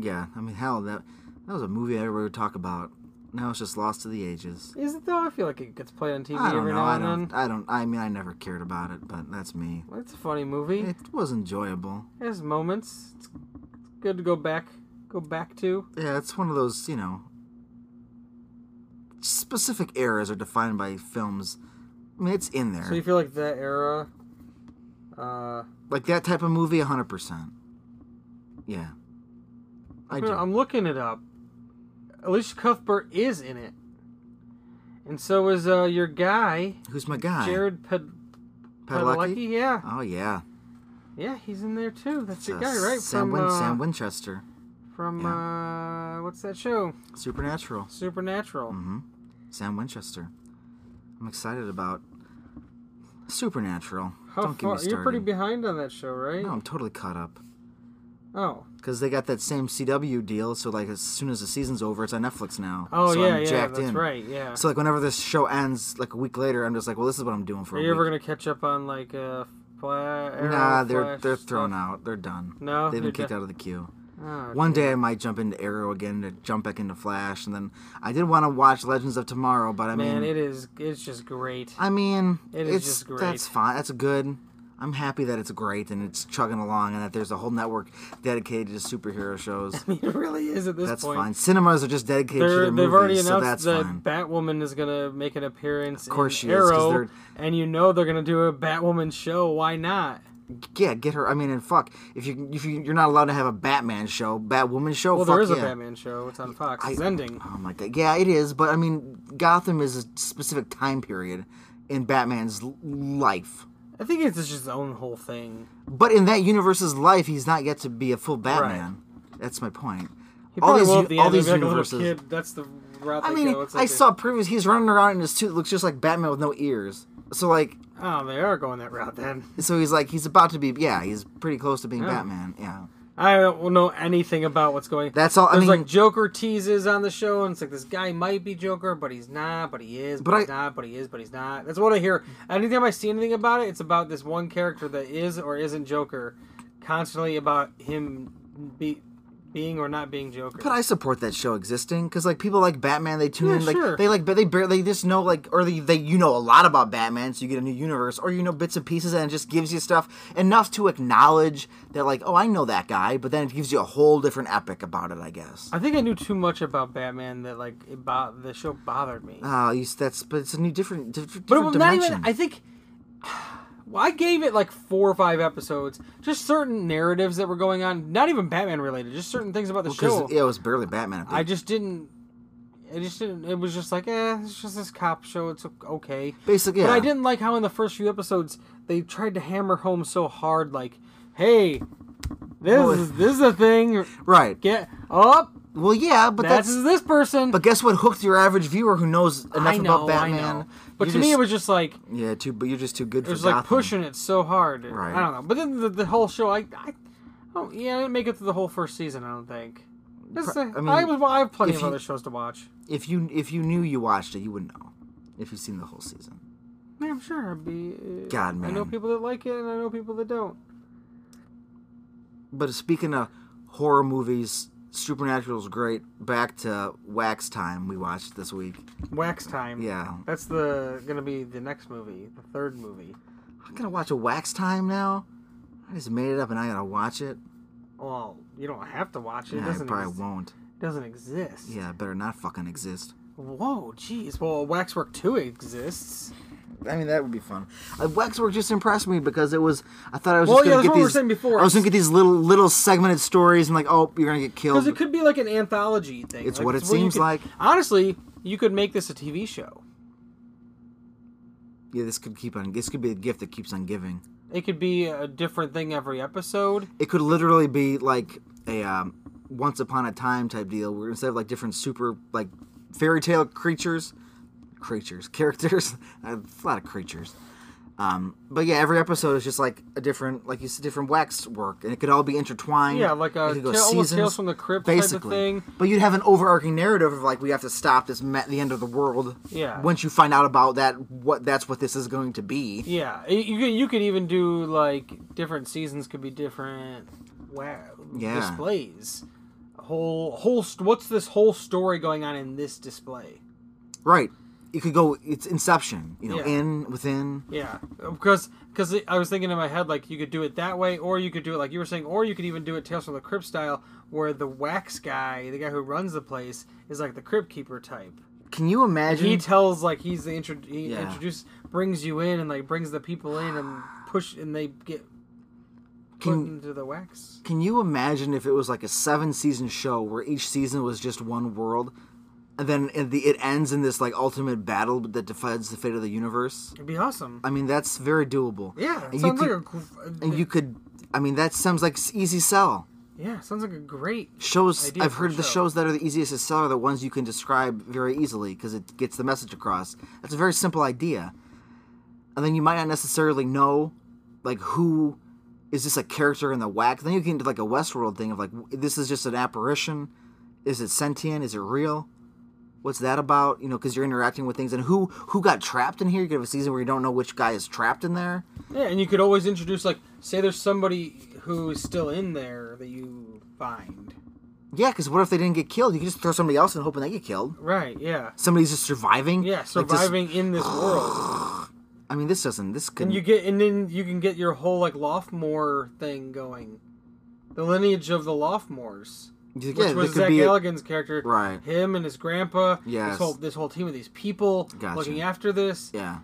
Yeah, I mean, hell, that that was a movie everybody would talk about. Now it's just lost to the ages.
is it though? I feel like it gets played on TV
I don't
every
know.
now
I
and
don't.
then.
I don't. I mean, I never cared about it, but that's me.
Well, It's a funny movie.
It was enjoyable.
It has moments. It's good to go back, go back to.
Yeah, it's one of those, you know, specific eras are defined by films. I mean, it's in there.
So you feel like that era, uh,
like that type of movie, 100%. Yeah. I
I
do.
am looking it up. Alicia Cuthbert is in it, and so is uh, your guy
Who's my guy?
Jared Ped-
Padalecki?
Padalecki. Yeah,
Oh, yeah.
yeah, he's in there too. That's your
Uh,
guy, right?
Sam,
from
Win-
uh,
Sam Winchester.
from uh, what's that show?
Supernatural.
Supernatural.
hmm Sam Winchester. I'm excited about Supernatural.
How
Don't
far?
get me
You're pretty
started.
behind on that show, right?
no, I'm totally caught up.
Oh,
Because they got that same CW deal, so like as soon as the season's over, it's on Netflix now.
oh
so
yeah,
I'm
yeah,
jacked
that's
in.
right. Yeah.
So like whenever this show ends, like a week later, I'm just like, well, this is what I'm doing for.
Are
a
you ever
week.
gonna catch up on like uh, Flash? Oh,
Nah, they're they're thrown out. They're done.
No,
They've
You're
been kicked
de-
out of the queue.
Oh,
One day I might jump into Arrow again to jump back into Flash, and then I did want to watch Legends of Tomorrow, but I
Man,
mean,
it is. It's just great.
I mean,
It is
it's
just great.
that's fine. That's good. I'm happy that it's great and it's chugging along and that there's a whole network dedicated to superhero shows.
it really is at this
That's
point.
fine. Cinemas are just dedicated
They're,
to their
they've
movies,
already
so
announced
that's
that
fine.
Batwoman is gonna make an appearance
Of course
in
she is, 'cause
Arrow,
they're-
and you know they're gonna do a Batwoman show. Why not?
Yeah, get her. I mean, and fuck, if you if you, you're not allowed to have a Batman show, Batwoman show,
Well,
fuck
there is
yeah.
a Batman show. It's on Fox. it's ending.
Oh my god. Yeah, it is, but I mean, Gotham is a specific time period in Batman's l- life.
I think it's just his own whole thing.
But in that universe's life, he's not yet to be a full Batman. That's my point.
He probably will
u-
at the end. He'll be like "Oh, a little kid. That's the route
I
they
mean,
go. It's
I
like they-
saw previous. He's running around in his suit. Looks just like Batman with no ears. So like,
Oh, they are going that route then.
so he's like, he's about to be. Yeah, he's pretty close to being Batman. Yeah.
I don't know anything about what's going.
That's all- I
There's
mean-
like Joker teases on the show, and it's like this guy might be Joker, but he's not. But he is. But,
But
he's
I-
not. But he is. But he's not. That's what I hear. Anytime I see anything about it, it's about this one character that is or isn't Joker, constantly about him be, being or not being Joker.
But I support that show existing because like people like Batman, they tune
Yeah,
in, like
sure.
they like, but they barely they just know like, or they, they you know a lot about Batman, so you get a new universe, or you know bits and pieces, and it just gives you stuff enough to acknowledge that like, oh, I know that guy, but then it gives you a whole different epic about it, I guess.
I think I knew too much about Batman that like it bo- the show bothered me.
Oh, you, s- that's but it's a new different diff- different
But it was not
dimension.
even. I think. Well, I gave it like four or five episodes. Just certain narratives that were going on, not even Batman related. Just certain things about the
because
show.
yeah, it was barely Batman.
I just didn't. I just didn't. It was just like, eh, it's just this cop show. It's okay.
Basically,
But I
yeah.
didn't like how in the first few episodes they tried to hammer home so hard, like, hey, this
Well,
is this is a thing.
right.
Get up.
Well, yeah, but
That's,
that's,
this person.
but guess what hooked your average viewer who knows enough
I know,
about
I
Batman.
know. But
You're
to me,
just-
it was just like
yeah, too. But you're just too good
it
for
was like
Gotham.
pushing it so hard.
Right.
I don't know. But then the, the whole show, I, I, oh yeah, I didn't make it through the whole first season. I don't think. It's-
Pro- I
I,
mean,
was. I have plenty
if
of
you-
other shows to watch.
if you if you knew you watched it, you would know. If you've seen the whole season,
Yeah, I'm sure. I'd be. uh,
God,
I know
man.
people that like it, and I know people that don't.
but speaking of horror movies, Supernatural is great. Back to Wax Time we watched this week.
Wax Time.
Yeah,
That's the gonna be the next movie, the third movie.
I'm gonna watch a Wax Time now. I just made it up and I gotta watch it.
Well, you don't have to watch it. It
Yeah, I
doesn't.
probably
ex-
won't.
doesn't exist.
Yeah, it better not fucking exist.
Whoa, jeez. Well, Waxwork Two exists.
I mean, that would be fun. Uh, Waxwork just impressed me because it was. I thought I was
Well,
just
yeah,
gonna
that's
get
what we
these.
were saying before.
I was gonna get these little little segmented stories and like, oh, you're gonna get killed.
Because it could be like an anthology thing.
It's
Like,
what it
where you
seems
could-
like.
Honestly, you could make this a TV show.
yeah, this could keep on. This could be a gift that keeps on giving.
It could be a different thing every episode.
it could literally be like a um, once upon a time type deal where instead of like different super like fairy tale creatures creatures characters a lot of creatures um, but yeah every episode is just like a different like you said different wax work and it could all be intertwined
Yeah, like a
It could go
tale- almost
seasons,
Tales from the Crypt type of
basically
thing.
but you'd have an overarching narrative of like we have to stop this ma- the end of the world
Yeah.
once you find out about that what that's what this is going to be
Yeah, y- you could, you could even do like different seasons could be different wow
Yeah.
displays. A Whole whole st- what's this whole story going on in this display?
right it could go it's inception you know
Yeah.
in within
Yeah, because because I was thinking in my head like you could do it that way, or you could do it like you were saying, or you could even do it Tales from the Crypt style, where the wax guy, the guy who runs the place, is like the crypt keeper type.
Can you imagine?
He tells like he's the intro he
Mm. Yeah.
introduce brings you in and like brings the people in and push and they get put
Can-
into the wax.
can you imagine if it was like a seven season show where each season was just one world, and then in the, it ends in this like ultimate battle that defines the fate of the universe?
It'd be awesome.
I mean, that's very doable.
Yeah,
And
it
you
sounds
could,
like a gr- uh,
and you could. I mean, that sounds like s- easy sell.
yeah, sounds like a great.
Shows
Idea
I've
for a
heard the
show.
shows that are the easiest to sell are the ones you can describe very easily because it gets the message across. That's a very simple idea, and then you might not necessarily know, like who is this a character in the whack. Then you get into like a Westworld thing of like w- this is just an apparition. Is it sentient? Is it real? What's that about? You know, because you're interacting with things and who who got trapped in here. You could have a season where you don't know which guy is trapped in there.
Yeah, and you could always introduce like, say, there's somebody who is still in there that you find.
Yeah, because what if they didn't get killed? You could just throw somebody else in hoping they get killed.
Right. Yeah.
Somebody's just surviving.
Yeah.
Like, just-
Surviving in this world.
I mean, this doesn't. This could.
And you get and then you can get your whole like Lothmore thing going. The lineage of the Lothmores.
yeah,
Which
there
was
could
Zach
be a-
Galligan's character.
Right.
Him and his grandpa.
Yes.
This whole this whole team of these people
Gotcha.
looking after this.
yeah.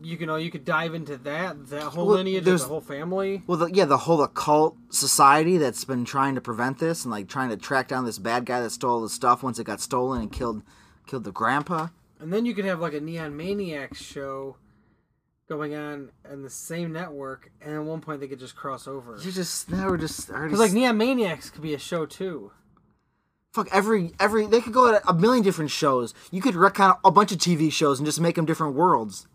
You can know you could dive into that that whole
Well,
lineage of
there's-
the whole family.
Well, the, yeah, the whole occult society that's been trying to prevent this and like trying to track down this bad guy that stole the stuff once it got stolen and killed killed the grandpa.
And then you could have like a Neon Maniacs show going on in the same network and at one point they could just cross over.
You just now we're just already
Cuz like Neon Maniacs could be a show too.
fuck every every they could go at a million different shows. You could recount a bunch of TV shows and just make them different worlds.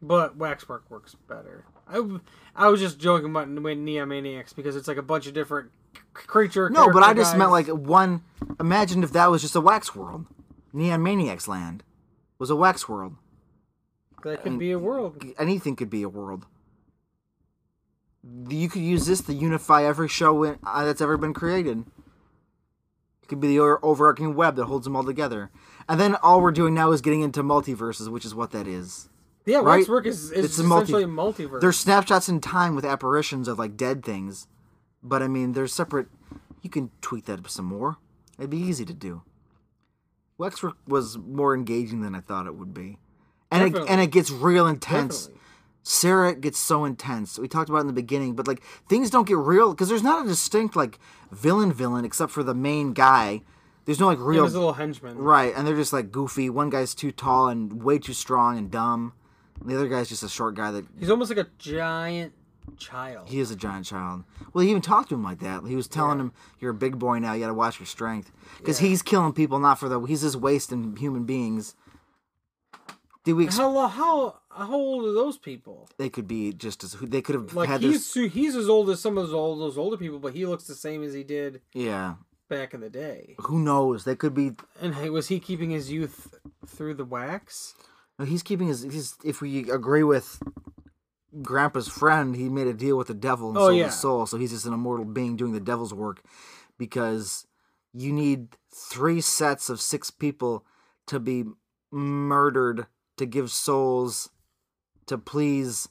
But Waxwork works better. I, w- I was just joking about when Neon Maniacs because it's like a bunch of different c- creature.
No, but
character
I just meant like
guys.
one. Imagine if that was just a wax world. Neon Maniacs Land was a wax world.
that could be a world.
anything could be a world. You could use this to unify every show in, uh, that's ever been created. It could be the o- overarching web that holds them all together. And then all we're doing now is getting into multiverses, which is what that is.
Yeah,
right?
Waxwork is, is
It's a multi-
essentially a multiverse.
There's snapshots in time with apparitions of like dead things, but I mean, there's separate. You can tweak that up some more. It'd be easy to do. Wexwork was more engaging than I thought it would be, and it,
Definitely.
and it gets real intense.
Definitely.
Sarah gets so intense. We talked about it in the beginning, but like things don't get real because there's not a distinct like villain villain except for the main guy. There's no like
Him
real
as a little henchman.
right, and they're just like goofy. One guy's too tall and way too strong and dumb. And the other guy's just a short guy that
He's almost like a giant child.
he is a giant child. Well, he even talked to him like that. He was telling him, "You're a big boy now. You got to watch your strength," because he's killing people not for the. He's just wasting human beings. Did we? Ex-
How lo- how how old are those people?
they could be just as. They could have
Like
had
he's
this.
su- he's as old as some of those old those older people, but he looks the same as he did
Yeah.
back in the day.
Who knows? They could be.
And hey, was he keeping his youth through the wax?
No, he's keeping his. He's, if we agree with Grandpa's friend, he made a deal with the devil and
Oh,
sold
yeah.
his soul. So he's just an immortal being doing the devil's work, because you need three sets of six people to be murdered to give souls to please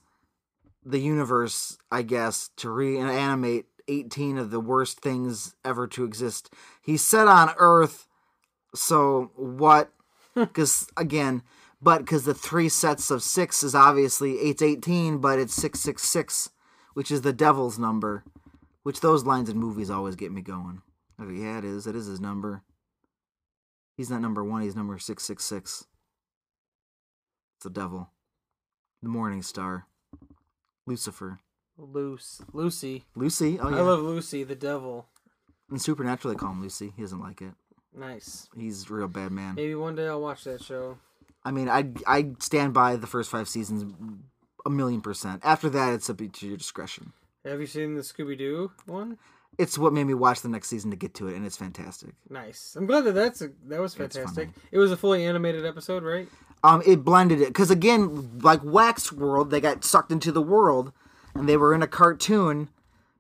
the universe, I guess, to reanimate 18 of the worst things ever to exist. He said on Earth, so what? Because, again, but because the three sets of six is obviously 818, but it's 666, which is the devil's number, which those lines in movies always get me going. Okay, yeah, it is. It is his number. He's not number one, he's number 666. It's the devil. The morning star. Lucifer.
Luce, Lucy.
Lucy. Oh yeah.
I love Lucy, the devil.
In Supernatural, they call him Lucy. He doesn't like it.
Nice.
He's a real bad man.
Maybe one day I'll watch that show.
I mean, I I stand by the first five seasons a million percent. After that, it's up to your discretion.
Have you seen the Scooby Doo one?
It's what made me watch the next season to get to it, and it's fantastic.
Nice. I'm glad that that's a, that was fantastic. It was a fully animated episode, right?
Um, it blended it because again, like Wax World, they got sucked into the world, and they were in a cartoon.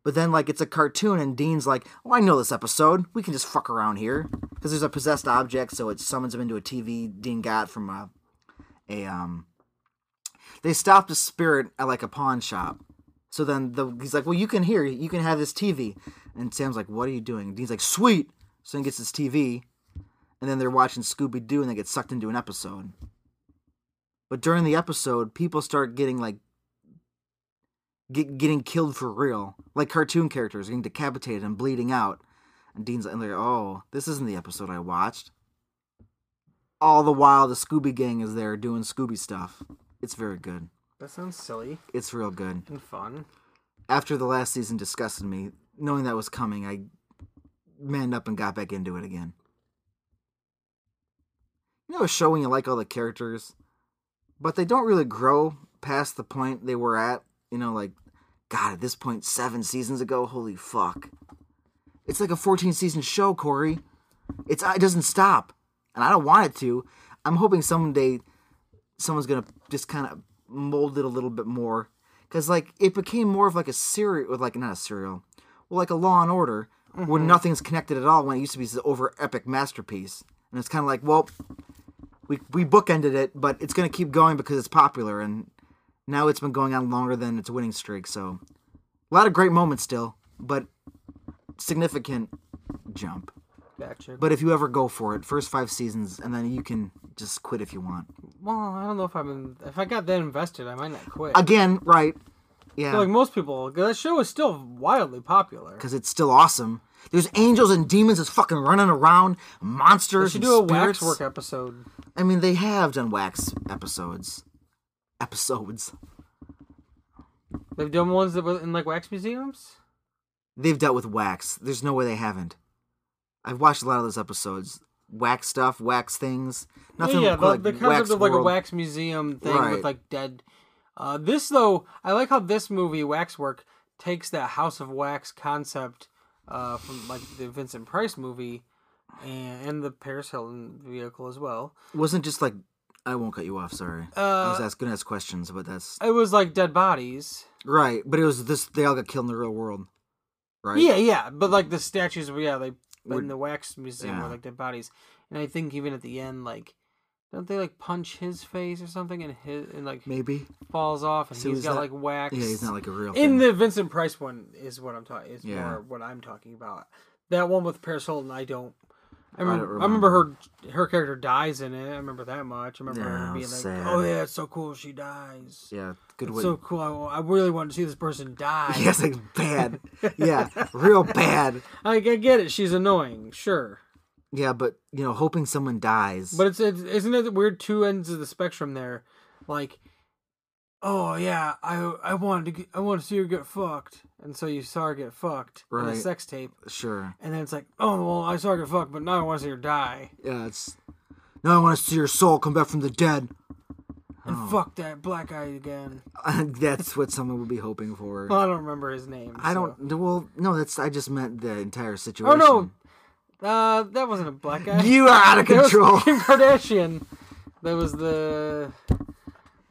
But then, like, it's a cartoon, and Dean's like, "Oh, I know this episode. We can just fuck around here because there's a possessed object, so it summons him into a TV Dean got from a, a um." They stopped a spirit at like a pawn shop, so then the, he's like, "Well, you can hear, you can have this TV," and Sam's like, "What are you doing?" And Dean's like, "Sweet." So he gets his TV, and then they're watching Scooby Doo, and they get sucked into an episode. But during the episode, people start getting like get, getting killed for real, like cartoon characters getting decapitated and bleeding out. And Dean's like, "Oh, this isn't the episode I watched." All the while, the Scooby Gang is there doing Scooby stuff. It's very good.
That sounds silly
It's real good.
and fun.
After the last season disgusted me, knowing that was coming, I manned up and got back into it again. You know, a show when you like all the characters, but they don't really grow past the point they were at. You know, like, God, at this point, seven seasons ago, holy fuck. It's like a 14 season show, Corey. It's, it doesn't stop, and I don't want it to. I'm hoping someday someone's gonna just kind of mold it a little bit more because like it became more of like a serial with like not a serial well like a law and order where nothing's connected at all when it used to be this over epic masterpiece and it's kind of like well we we bookended it but it's gonna keep going because it's popular and Now it's been going on longer than its winning streak, so a lot of great moments still, but significant jump.
Gotcha.
But if you ever go for it, first five seasons, and then you can just quit if you want.
well, I don't know if I'm in, if I got that invested, I might not quit.
Again, right? Yeah.
But like most people, that show is still wildly popular.
because it's still awesome. There's angels and demons that's fucking running around,
They
monsters
should
and
do a
spirits.
waxwork episode.
I mean, they have done wax episodes, episodes.
They've done ones that were in like wax museums.
They've dealt with wax. There's no way they haven't. I've watched a lot of those episodes. Wax stuff, wax things. Nothing
yeah, yeah,
quite
the,
like
the concept
wax
of like
world.
a wax museum thing
Right.
with like dead. Uh, this though, I like how this movie Waxwork takes that House of Wax concept uh, from like the Vincent Price movie and, and the Paris Hilton vehicle as well.
It wasn't just like I won't cut you off. Sorry, I
Uh,
was ask, gonna ask questions, but that's
It was like dead bodies.
right. But it was this. They all got killed in the real world, right?
Yeah, yeah, but like the statues, were yeah, they in the wax museum
yeah.
were like dead bodies, and I think even at the end, like, don't they like punch his face or something, and his and like
Maybe.
falls off, and
So
he's
is
got
that-
like wax.
Yeah, he's not like a
in
real. thing.
the Vincent Price one is what I'm talking is
Yeah.
more what I'm talking about. That one with Paris Hilton, I don't. I remember, I,
don't
remember her her character dies in it. I remember that much. I remember
Yeah,
her being
it
like,
was sad.
"Oh yeah, it's so cool. She dies.
yeah, good
It's
way.
so cool. I, I really wanted to see this person die.
Yes, like bad. Yeah, real bad.
I, I get it. She's annoying, sure,
Yeah, but you know, hoping someone dies.
but it's, it's isn't it weird? Two ends of the spectrum there, like, oh yeah, I I wanted to get, I want to see her get fucked, and so you saw her get fucked in a
Right.
sex tape.
sure.
And then it's like, oh well, I saw her get fucked, but now I want to see her die.
Yeah, it's. Now I want to see your soul come back from the dead.
And
Oh.
fuck that black guy again.
That's what someone would be hoping for.
Well, I don't remember his name.
I don't.
so-
Well, no, that's. I just meant the entire
Oh
situation.
no, uh, that wasn't a black guy.
You are out of
that was
control.
Kim Kardashian. That was the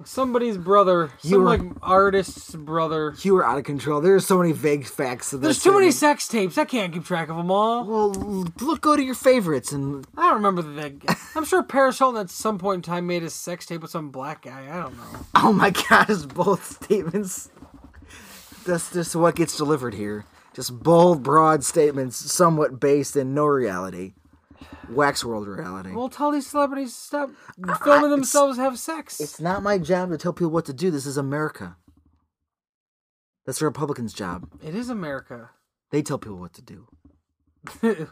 somebody's brother, some
You were-
like artist's brother.
You are out of control. There are so many vague facts. Of
There's
this
too many
statement.
sex tapes. I can't keep track of them all.
Well, look. Go to your favorites and
I don't remember the. I'm sure Paris Hilton at some point in time made a sex tape with some black guy. I don't know.
Oh my god, it's bold statements. That's just what gets delivered here. Just bold, broad statements, somewhat based in no reality. Wax world reality.
Well, tell these celebrities to stop filming themselves have sex.
It's not my job to tell people what to do. This is America. That's the Republicans' job.
It is America.
They tell people what to do.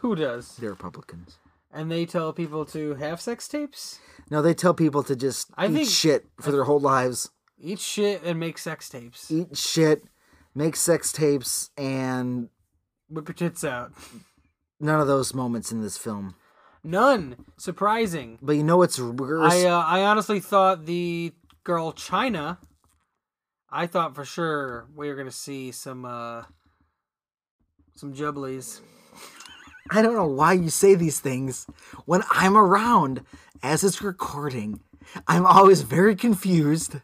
Who does?
They're Republicans.
And they tell people to have sex tapes,
No, they tell people to just
I
eat
think-
shit for their whole lives.
eat shit, and make sex tapes.
Eat shit, make sex tapes, and
Whip your tits out.
none of those moments in this film.
None. Surprising.
But you know what's worse?
I uh, I honestly thought the girl China. I thought for sure we were gonna see some uh some jubblies.
I don't know why you say these things when I'm around as it's recording. I'm always very confused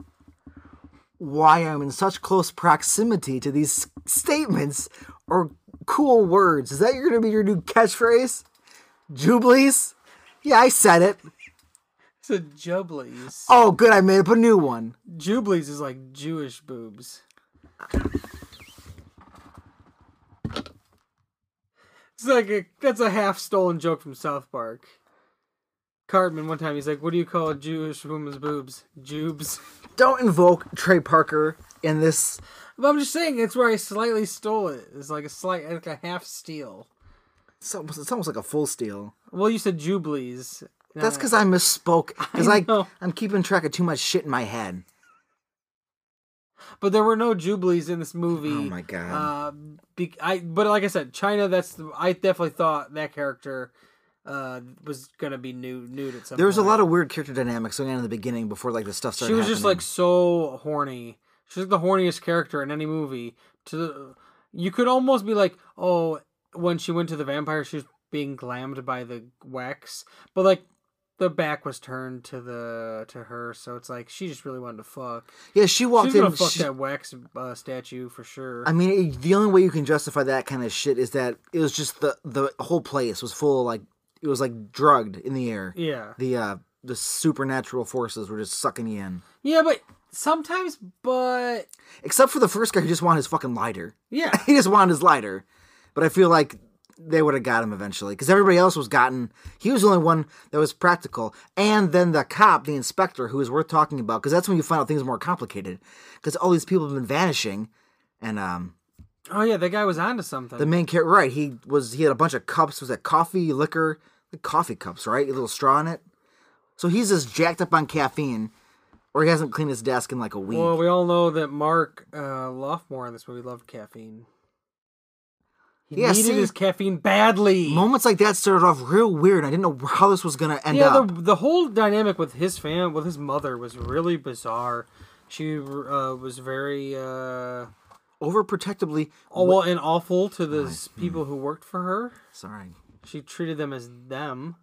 why I'm in such close proximity to these statements or cool words. Is that going to be your new catchphrase? Jubilees? Yeah, I said it.
It's a jubblies.
Oh, good, I made up a new one.
Jublies is like Jewish boobs. It's like a, that's a half stolen joke from South Park. Cartman one time he's like, "What do you call a Jewish woman's boobs? Jubes."
Don't invoke Trey Parker in this.
But I'm just saying it's where I slightly stole it. It's like a slight, like a half steal.
It's almost, it's almost like a full steal.
Well, you said Uh, Jublies. And
That's
I-
because I misspoke. Because I,
know.
I'm keeping track of too much shit in my head.
but there were no Jublies in this movie.
Oh my God.
Uh, be, I but like I said, China. That's the, I definitely thought that character uh was gonna be nude, nude at some.
There was a
point.
lot of weird character dynamics going on in the beginning before like the stuff started.
She was just
happening.
like so horny. She's like the horniest character in any movie. To the, you could almost be like, oh, when she went to the vampire, she was being glammed by the wax, but like the back was turned to the to her, so it's like she just really wanted to fuck.
yeah, she
She
walked
was gonna
in.
fuck
she-
that wax uh, statue for sure.
I mean, it- the only way you can justify that kind of shit is that it was just the the whole place was full of like it was like drugged in the air.
yeah,
The uh the supernatural forces were just sucking you in.
yeah, but Sometimes, but
Except for the first guy who just wanted his fucking lighter.
yeah,
he just wanted his lighter. But I feel like they would have got him eventually because everybody else was gotten. He was the only one that was practical. And then the cop, the inspector, who is worth talking about because that's when you find out things are more complicated because all these people have been vanishing. And um,
oh yeah, that guy was onto something.
the main character, right? He was he had a bunch of cups. Was that coffee, liquor, the coffee cups, right? A little straw in it. So he's just jacked up on caffeine, or he hasn't cleaned his desk in like a week.
well, we all know that Mark uh, Loughmore in this movie loved caffeine. He
Yeah,
needed
see-
his caffeine badly.
Moments like that started off real weird. I didn't know how this was gonna end
yeah,
up.
the, the whole dynamic with his fam, with his mother, was really bizarre. She uh, was very uh,
overprotectively.
oh well and awful to the s-
Hmm.
people who worked for her.
Sorry.
She treated them as them.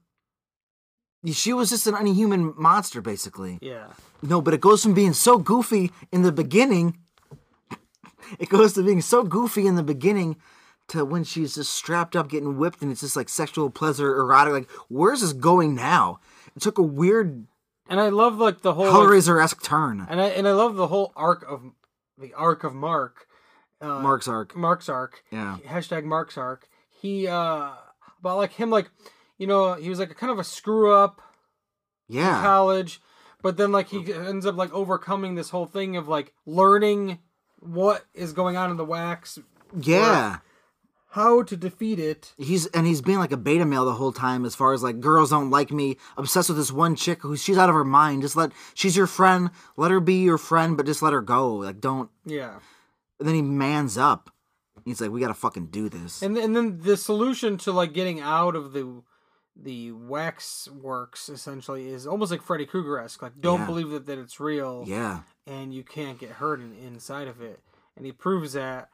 She was just an unhuman monster, basically.
Yeah,
No, but it goes from being so goofy in the beginning. It goes to being so goofy in the beginning to when she's just strapped up, getting whipped, and it's just like sexual pleasure, erotic. Like, where's this going now? It took a weird
and I love like the whole like,
Hellraiser esque turn.
and I and I love the whole arc of the arc of Mark. Uh,
Mark's arc.
Mark's arc.
Yeah.
Hashtag Mark's arc. He uh about like him like you know, he was like a kind of a screw up
Yeah.
college, but then like he ends up like overcoming this whole thing of like learning what is going on in the wax,
Yeah.
how to defeat it.
He's and he's being like a beta male the whole time as far as like girls don't like me, obsessed with this one chick who she's out of her mind. Just let she's your friend, let her be your friend, but just let her go. Like don't
Yeah.
and then he mans up. He's like, We gotta fucking do this.
And and then the solution to like getting out of the the wax works essentially is almost like Freddy Krueger esque. Like don't
Yeah.
believe that, that it's real.
yeah.
and you can't get hurt in, inside of it. And he proves that,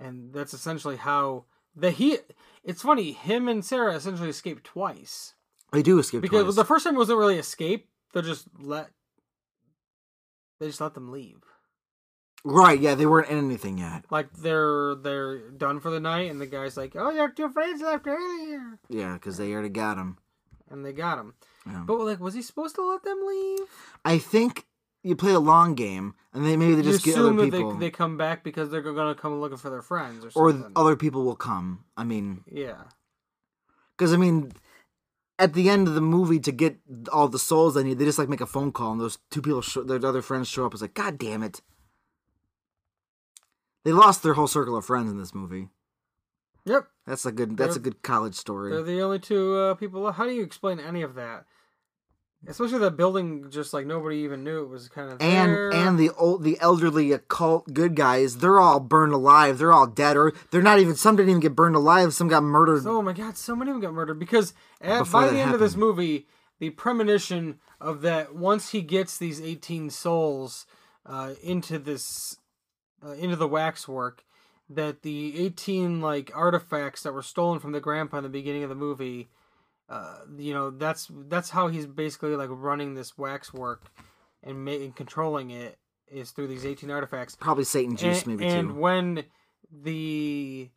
and that's essentially how the he. It's funny, him and Sarah essentially escaped twice
They do escape
because
twice.
the first time wasn't really escape. They just let they just let them leave.
right, yeah, they weren't in anything yet.
Like they're they're done for the night, and the guy's like, "Oh, your two friends left earlier,"
Yeah, because they already got him.
and they got him.
Yeah.
But like, was he supposed to let them leave?
I think you play a long game and then maybe they just
you
get other
assume that
people.
they they come back because they're gonna come looking for their friends or
or
something.
other people will come. I mean
yeah.
Because I mean, at the end of the movie, to get all the souls they need, they just like make a phone call, and those two people, show, their other friends, show up. It's like, God damn it! They lost their whole circle of friends in this movie.
Yep.
That's a good. That's a good college
They're
story.
the only two uh, people. left. How do you explain any of that? Especially the building, just like nobody even knew it was kind of
And
there.
and the old, the elderly occult good guys, they're all burned alive. They're all dead, or they're not even. Some didn't even get burned alive. Some got murdered.
oh my god, so many of them got murdered because at,
Before
by the
that
end of this
happened.
movie, the premonition of that once he gets these eighteen souls uh, into this uh, into the waxwork, that the eighteen like artifacts that were stolen from the grandpa in the beginning of the movie. Uh, you know that's that's how he's basically like running this waxwork and ma- and controlling it is through these 18 artifacts
Probably Satan juice,
and,
maybe
and
too.
when the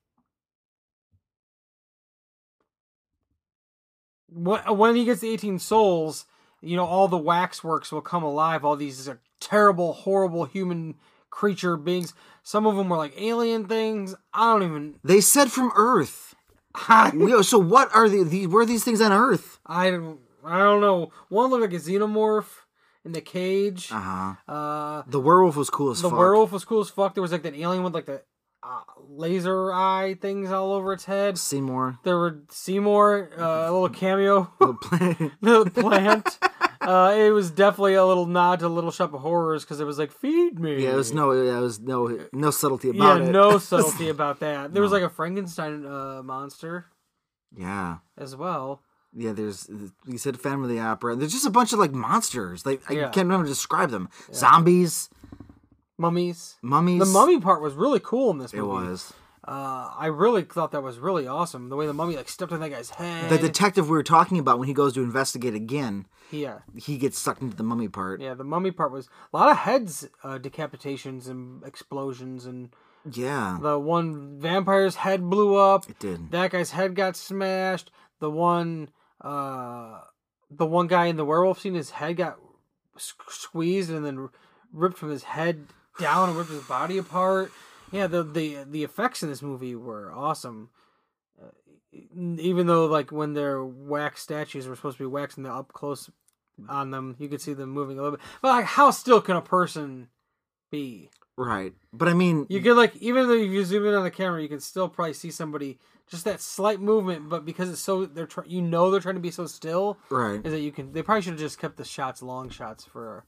when, when he gets the 18 souls you know all the waxworks will come alive all these uh, terrible horrible human creature beings some of them were like alien things i don't even
They said from Earth. We- so what are the, the where are these things on Earth?
i don't i don't know one looked like a xenomorph in the cage
Uh huh.
uh
The werewolf was cool as
the
fuck.
werewolf was cool as fuck there was like that alien with like the uh, laser eye things all over its head
Seymour.
there were Seymour, uh, a little cameo,
The planet.
the plant. Uh, it was definitely a little nod to Little Shop of Horrors because it was like, feed me.
Yeah, there was no, there was no, no subtlety
Yeah,
about it.
no subtlety about that. There was like a Frankenstein uh, monster
yeah,
as well.
yeah. There's you said Phantom of the Opera. and There's just a bunch of like monsters. Like I
Yeah.
can't remember to describe them. Zombies,
Mummies.
mummies.
The mummy part was really cool in this
It
movie.
was
Uh, I really thought that was really awesome. The way the mummy like stepped on that guy's head.
the detective we were talking about when he goes to investigate again.
yeah,
He gets sucked into the mummy part. Yeah,
yeah. The mummy part was a lot of heads, uh, decapitations, and explosions, and the one vampire's head blew up.
it did.
that guy's head got smashed. The one, uh, the one guy in the werewolf scene, his head got s- squeezed and then ripped from his head down and ripped his body apart. Yeah, the the the effects in this movie were awesome. Uh, even though like when their wax statues were supposed to be waxing the up close on them, you could see them moving a little bit. But like, how still can a person be?
Right. But I mean,
You could like even though you zoom in on the camera, you can still probably see somebody just that slight movement. But because it's so they're try- you know they're trying to be so still,
right.
is that you can they probably should have just kept the shots long shots for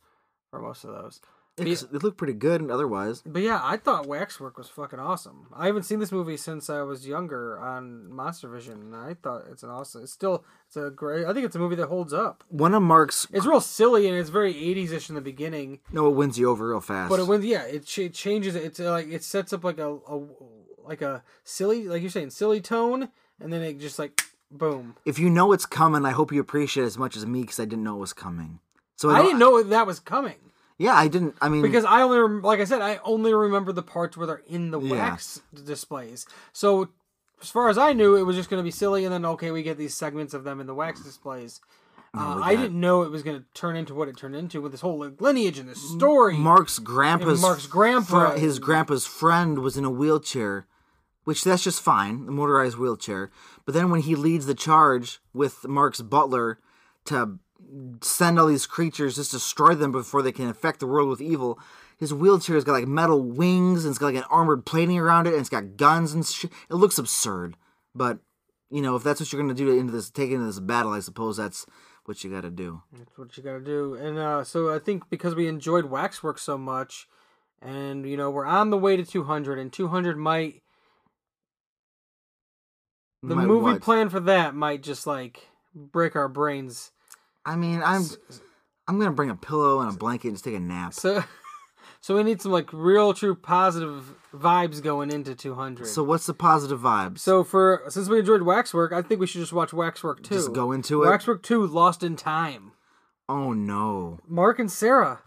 for most of those.
It, it looked pretty good and otherwise.
But yeah, I thought Waxwork was fucking awesome. I haven't seen this movie since I was younger on Monster Vision, and I thought it's an awesome. It's still it's a great. I think it's a movie that holds up.
One of Mark's
It's real silly and it's very '80s ish in the beginning,
no, it wins you over real fast.
but it when yeah, it, ch- it changes. it. It's uh, like it sets up like a, a like a silly like you're saying silly tone, and then it just like boom.
if you know it's coming, I hope you appreciate it as much as me because I didn't know it was coming. So
I
don't-
didn't know that was coming.
Yeah, I didn't. I mean,
because I only rem- like I said, I only remember the parts where they're in the
Yeah.
wax displays. So as far as I knew, it was just going to be silly, and then okay, we get these segments of them in the wax displays. Uh,
Hmm. Oh, we
I
got-
didn't know it was going to turn into what it turned into with this whole like, lineage and this story.
Mark's grandpa's
Mark's grandpa-
fr- his grandpa's friend was in a wheelchair, which that's just fine, a motorized wheelchair. But then when he leads the charge with Mark's butler to send all these creatures, just destroy them before they can affect the world with evil. His wheelchair's got like metal wings and it's got like an armored plating around it and it's got guns and shit. It looks absurd, but you know if that's what you're gonna do into this, take into this battle, I suppose that's what you got to do.
That's what you got to do. And uh, so I think because we enjoyed waxwork so much, and you know we're on the way to 200, and 200 might the
My
movie
what?
plan for that might just like break our brains.
I mean, I'm I'm gonna bring a pillow and a blanket and just take a nap.
So, so we need some like real, true, positive vibes going into 200.
So
So,
what's the positive vibes?
so for since we enjoyed Waxwork, I think we should just watch Waxwork Two.
Just go into it?
Waxwork Two: Lost in Time.
Oh no,
Mark and Sarah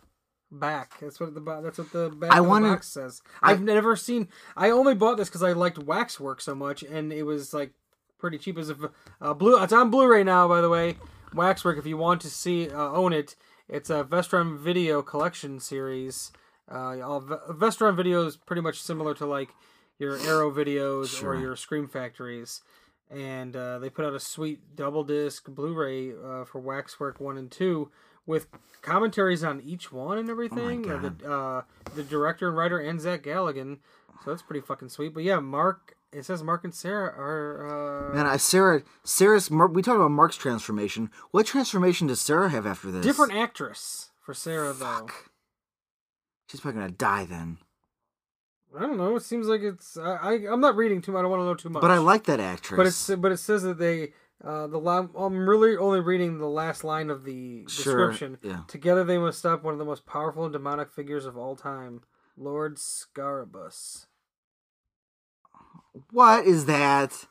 back. That's what the bo- that's what the back
I
of the
wanna-
box says. I've never seen. I only bought this because I liked Waxwork so much, and it was like pretty cheap as a uh, blue. It's on Blu-ray now, by the way. Waxwork. If you want to see, uh, own it. It's a Vestron Video collection series. Uh, all v- Vestron Video is pretty much similar to like your Arrow videos or your Scream Factories and uh, they put out a sweet double disc Blu-ray uh, for Waxwork One and Two with commentaries on each one
Oh
and everything. Uh, the uh, the director and writer and Zach Galligan, so that's pretty fucking sweet. But yeah, Mark. It says Mark and Sarah are uh,
man! I Sarah, Sarah's. Mar- we talked about Mark's transformation. What transformation does Sarah have after this?
different actress for Sarah
She's probably gonna die then.
though. I don't know. It seems like it's I, I I'm not reading too much. I don't want to know too much.
But I like that actress.
But it's but it says that they uh, the la- I'm really only reading the last line of the
Sure,
description.
yeah.
Together they must stop one of the most powerful and demonic figures of all time, Lord Scarabus.
what is that?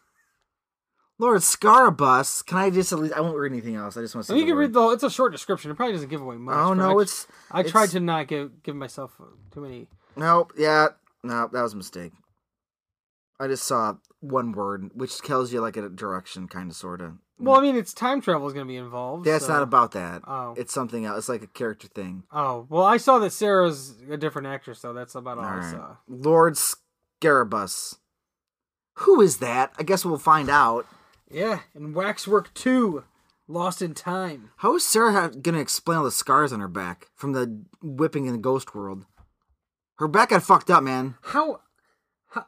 Lord Scarabus. Can I just at least? I won't read anything else. I just want to.
So
see
you
the
can
word.
read the whole- it's a short description. It probably doesn't give away much.
Oh,
but
no,
I-
it's-
I
it's-
tried to not give give myself too many.
Nope. Yeah. Nope. That was a mistake. I just saw one word, which tells you like a direction, kind of, sort of.
Well, I mean, it's time travel is going to be involved.
Mm. That's
so-
not about that.
Oh.
It's something else. It's like a character thing.
Oh well, I saw that Sarah's a different actress, though. That's about all,
All
I
right.
saw.
Lord Scarabus. Who is that? I guess we'll find out.
Yeah, and Waxwork Two, Lost in Time.
How is Sarah ha- gonna explain all the scars on her back from the whipping in the ghost world? Her back got fucked up, man.
how, how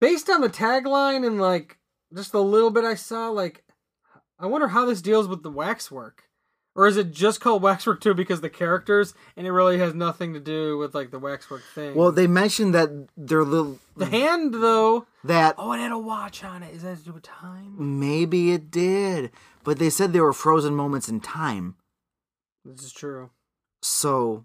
based on the tagline and like just the little bit I saw, like I wonder how this deals with the waxwork. Or is it just called waxwork too because the characters and it really has nothing to do with like the waxwork thing?
Well, mm. they mentioned that their little
the hand though.
that
Oh, it had a watch on it. Is that to do with time?
maybe it did, but they said they were frozen moments in time.
This is true.
so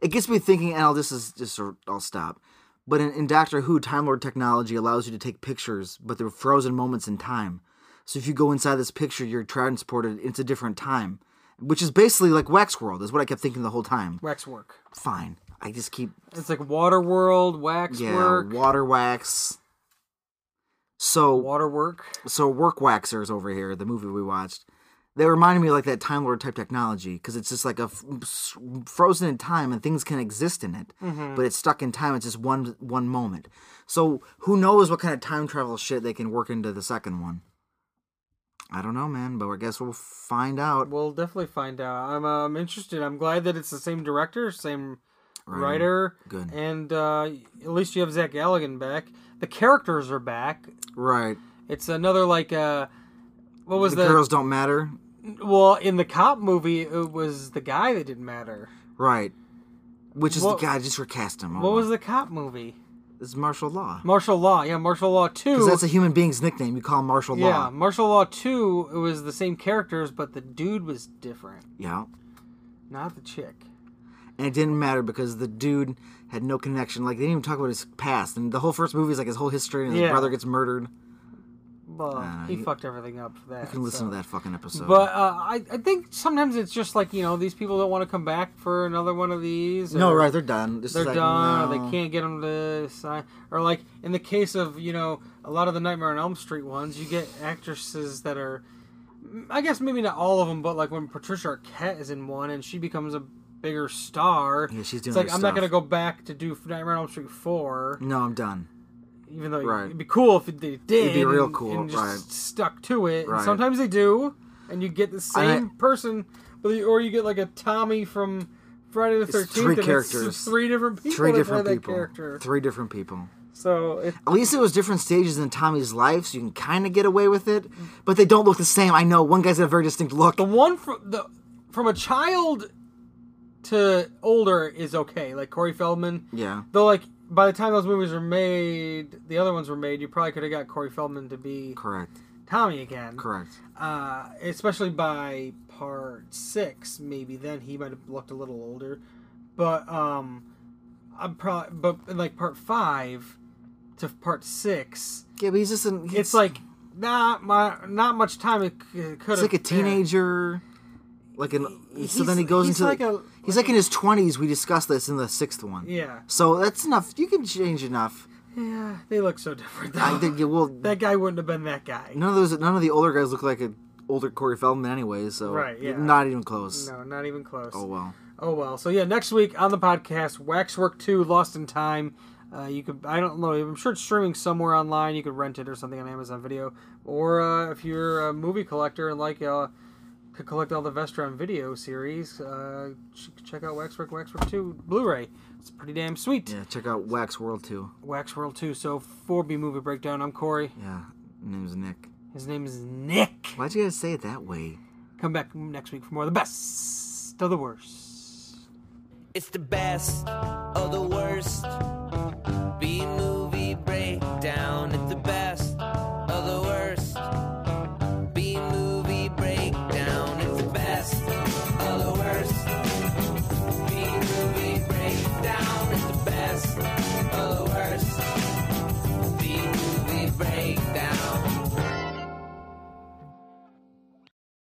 it gets me thinking and i'll this is just i'll stop but in, in doctor who time lord technology allows you to take pictures but they're frozen moments in time so if you go inside this picture you're transported into a different time which is basically like wax world is what i kept thinking the whole time
Waxwork.
fine i just keep
It's like water world, waxwork,
yeah
work,
water wax so
water work.
so work waxers over here the movie we watched They reminded me of, like that Time Lord type technology because it's just like a f- s- frozen in time and things can exist in it,
Mm-hmm.
but it's stuck in time. It's just one one moment. So who knows what kind of time travel shit they can work into the second one? I don't know, man. But I guess we'll find out.
We'll definitely find out. I'm um, interested. I'm glad that it's the same director, same writer,
Good.
and uh, at least you have Zach Galligan back. The characters are back.
Right.
It's another like uh, what was
The,
the,
girls don't matter.
well in the cop movie? It was the guy that didn't matter.
Right. Which is
What-
the guy I just recast him. Oh,
What was the cop movie?
It's martial law.
Martial Law. Yeah, Martial Law Two.
Because that's a human being's nickname. You call him martial
yeah,
law.
Martial Law Two. It was the same characters, but the dude was different,
Yeah.
not the chick.
and it didn't matter because the dude had no connection. Like they didn't even talk about his past, and the whole first movie is like his whole history, and his
Yeah.
brother gets murdered.
Well,
Uh,
he
you-
fucked everything up for that.
You can listen
so.
to that fucking episode.
But uh, I, I think sometimes it's just like you know these people don't want to come back for another one of these. Or
no, right? They're done. This is
They're
like,
done. Or
no.
they can't get them to sign. Or like in the case of you know a lot of the Nightmare on Elm Street ones, you get actresses that are, I guess maybe not all of them, but like when Patricia Arquette is in one and she becomes a bigger star.
Yeah, she's doing
It's like
her
I'm not
stuff.
gonna go back to do Nightmare on Elm Street four,
No, I'm done.
even though
Right.
it'd be cool if they did.
It'd be real
and-
cool,
and just
right.
Stuck to it. And
Right.
sometimes they do, and you get the same person, but you- or you get like a Tommy from Friday the Thirteenth.
three characters.
three different people.
Three
that
different
play
people.
That character.
Three different people.
So it,
At least it was different stages in Tommy's life, so you can kind of get away with it. But they don't look the same. I know one guy's got a very distinct look.
Mm. the one from the from a child to older is okay. Like Corey Feldman.
Yeah.
Though, like by the time those movies were made, the other ones were made, you probably could have got Corey Feldman to be
Correct.
Tommy again.
Correct.
Uh, especially by part six, maybe then he might have looked a little older. But um, I'm probably but in like part five to part six,
Yeah, but he's just an. He's,
it's like not my not much time. It could have
It's like a teenager. Like an. so
He's-
then he goes
he's
into.
like
the-
a-
he's like in his twenties. We discussed this in the sixth one.
Yeah,
So that's enough. You can change enough.
yeah, they look so different. Though.
I think you will.
that guy wouldn't have been that guy.
None of those. None of the older guys look like an older Corey Feldman, anyway. So
Right, yeah.
not even close.
No, not even close.
Oh well.
Oh well. So yeah, next week on the podcast, Waxwork Two: Lost in Time. Uh, you could I don't know. I'm sure it's streaming somewhere online. You could rent it or something on Amazon Video, or uh, if you're a movie collector and like uh, to collect all the Vestron video series, uh, ch- check out Waxwork Waxwork Two Blu-ray. It's pretty damn sweet.
Yeah. Check out Wax World Two.
Wax World Two. So for B movie breakdown, I'm Corey.
Yeah. Name's Nick.
His name is Nick.
Why'd you guys say it that way?
Come back next week for more of the best of the worst.
It's the best of the worst.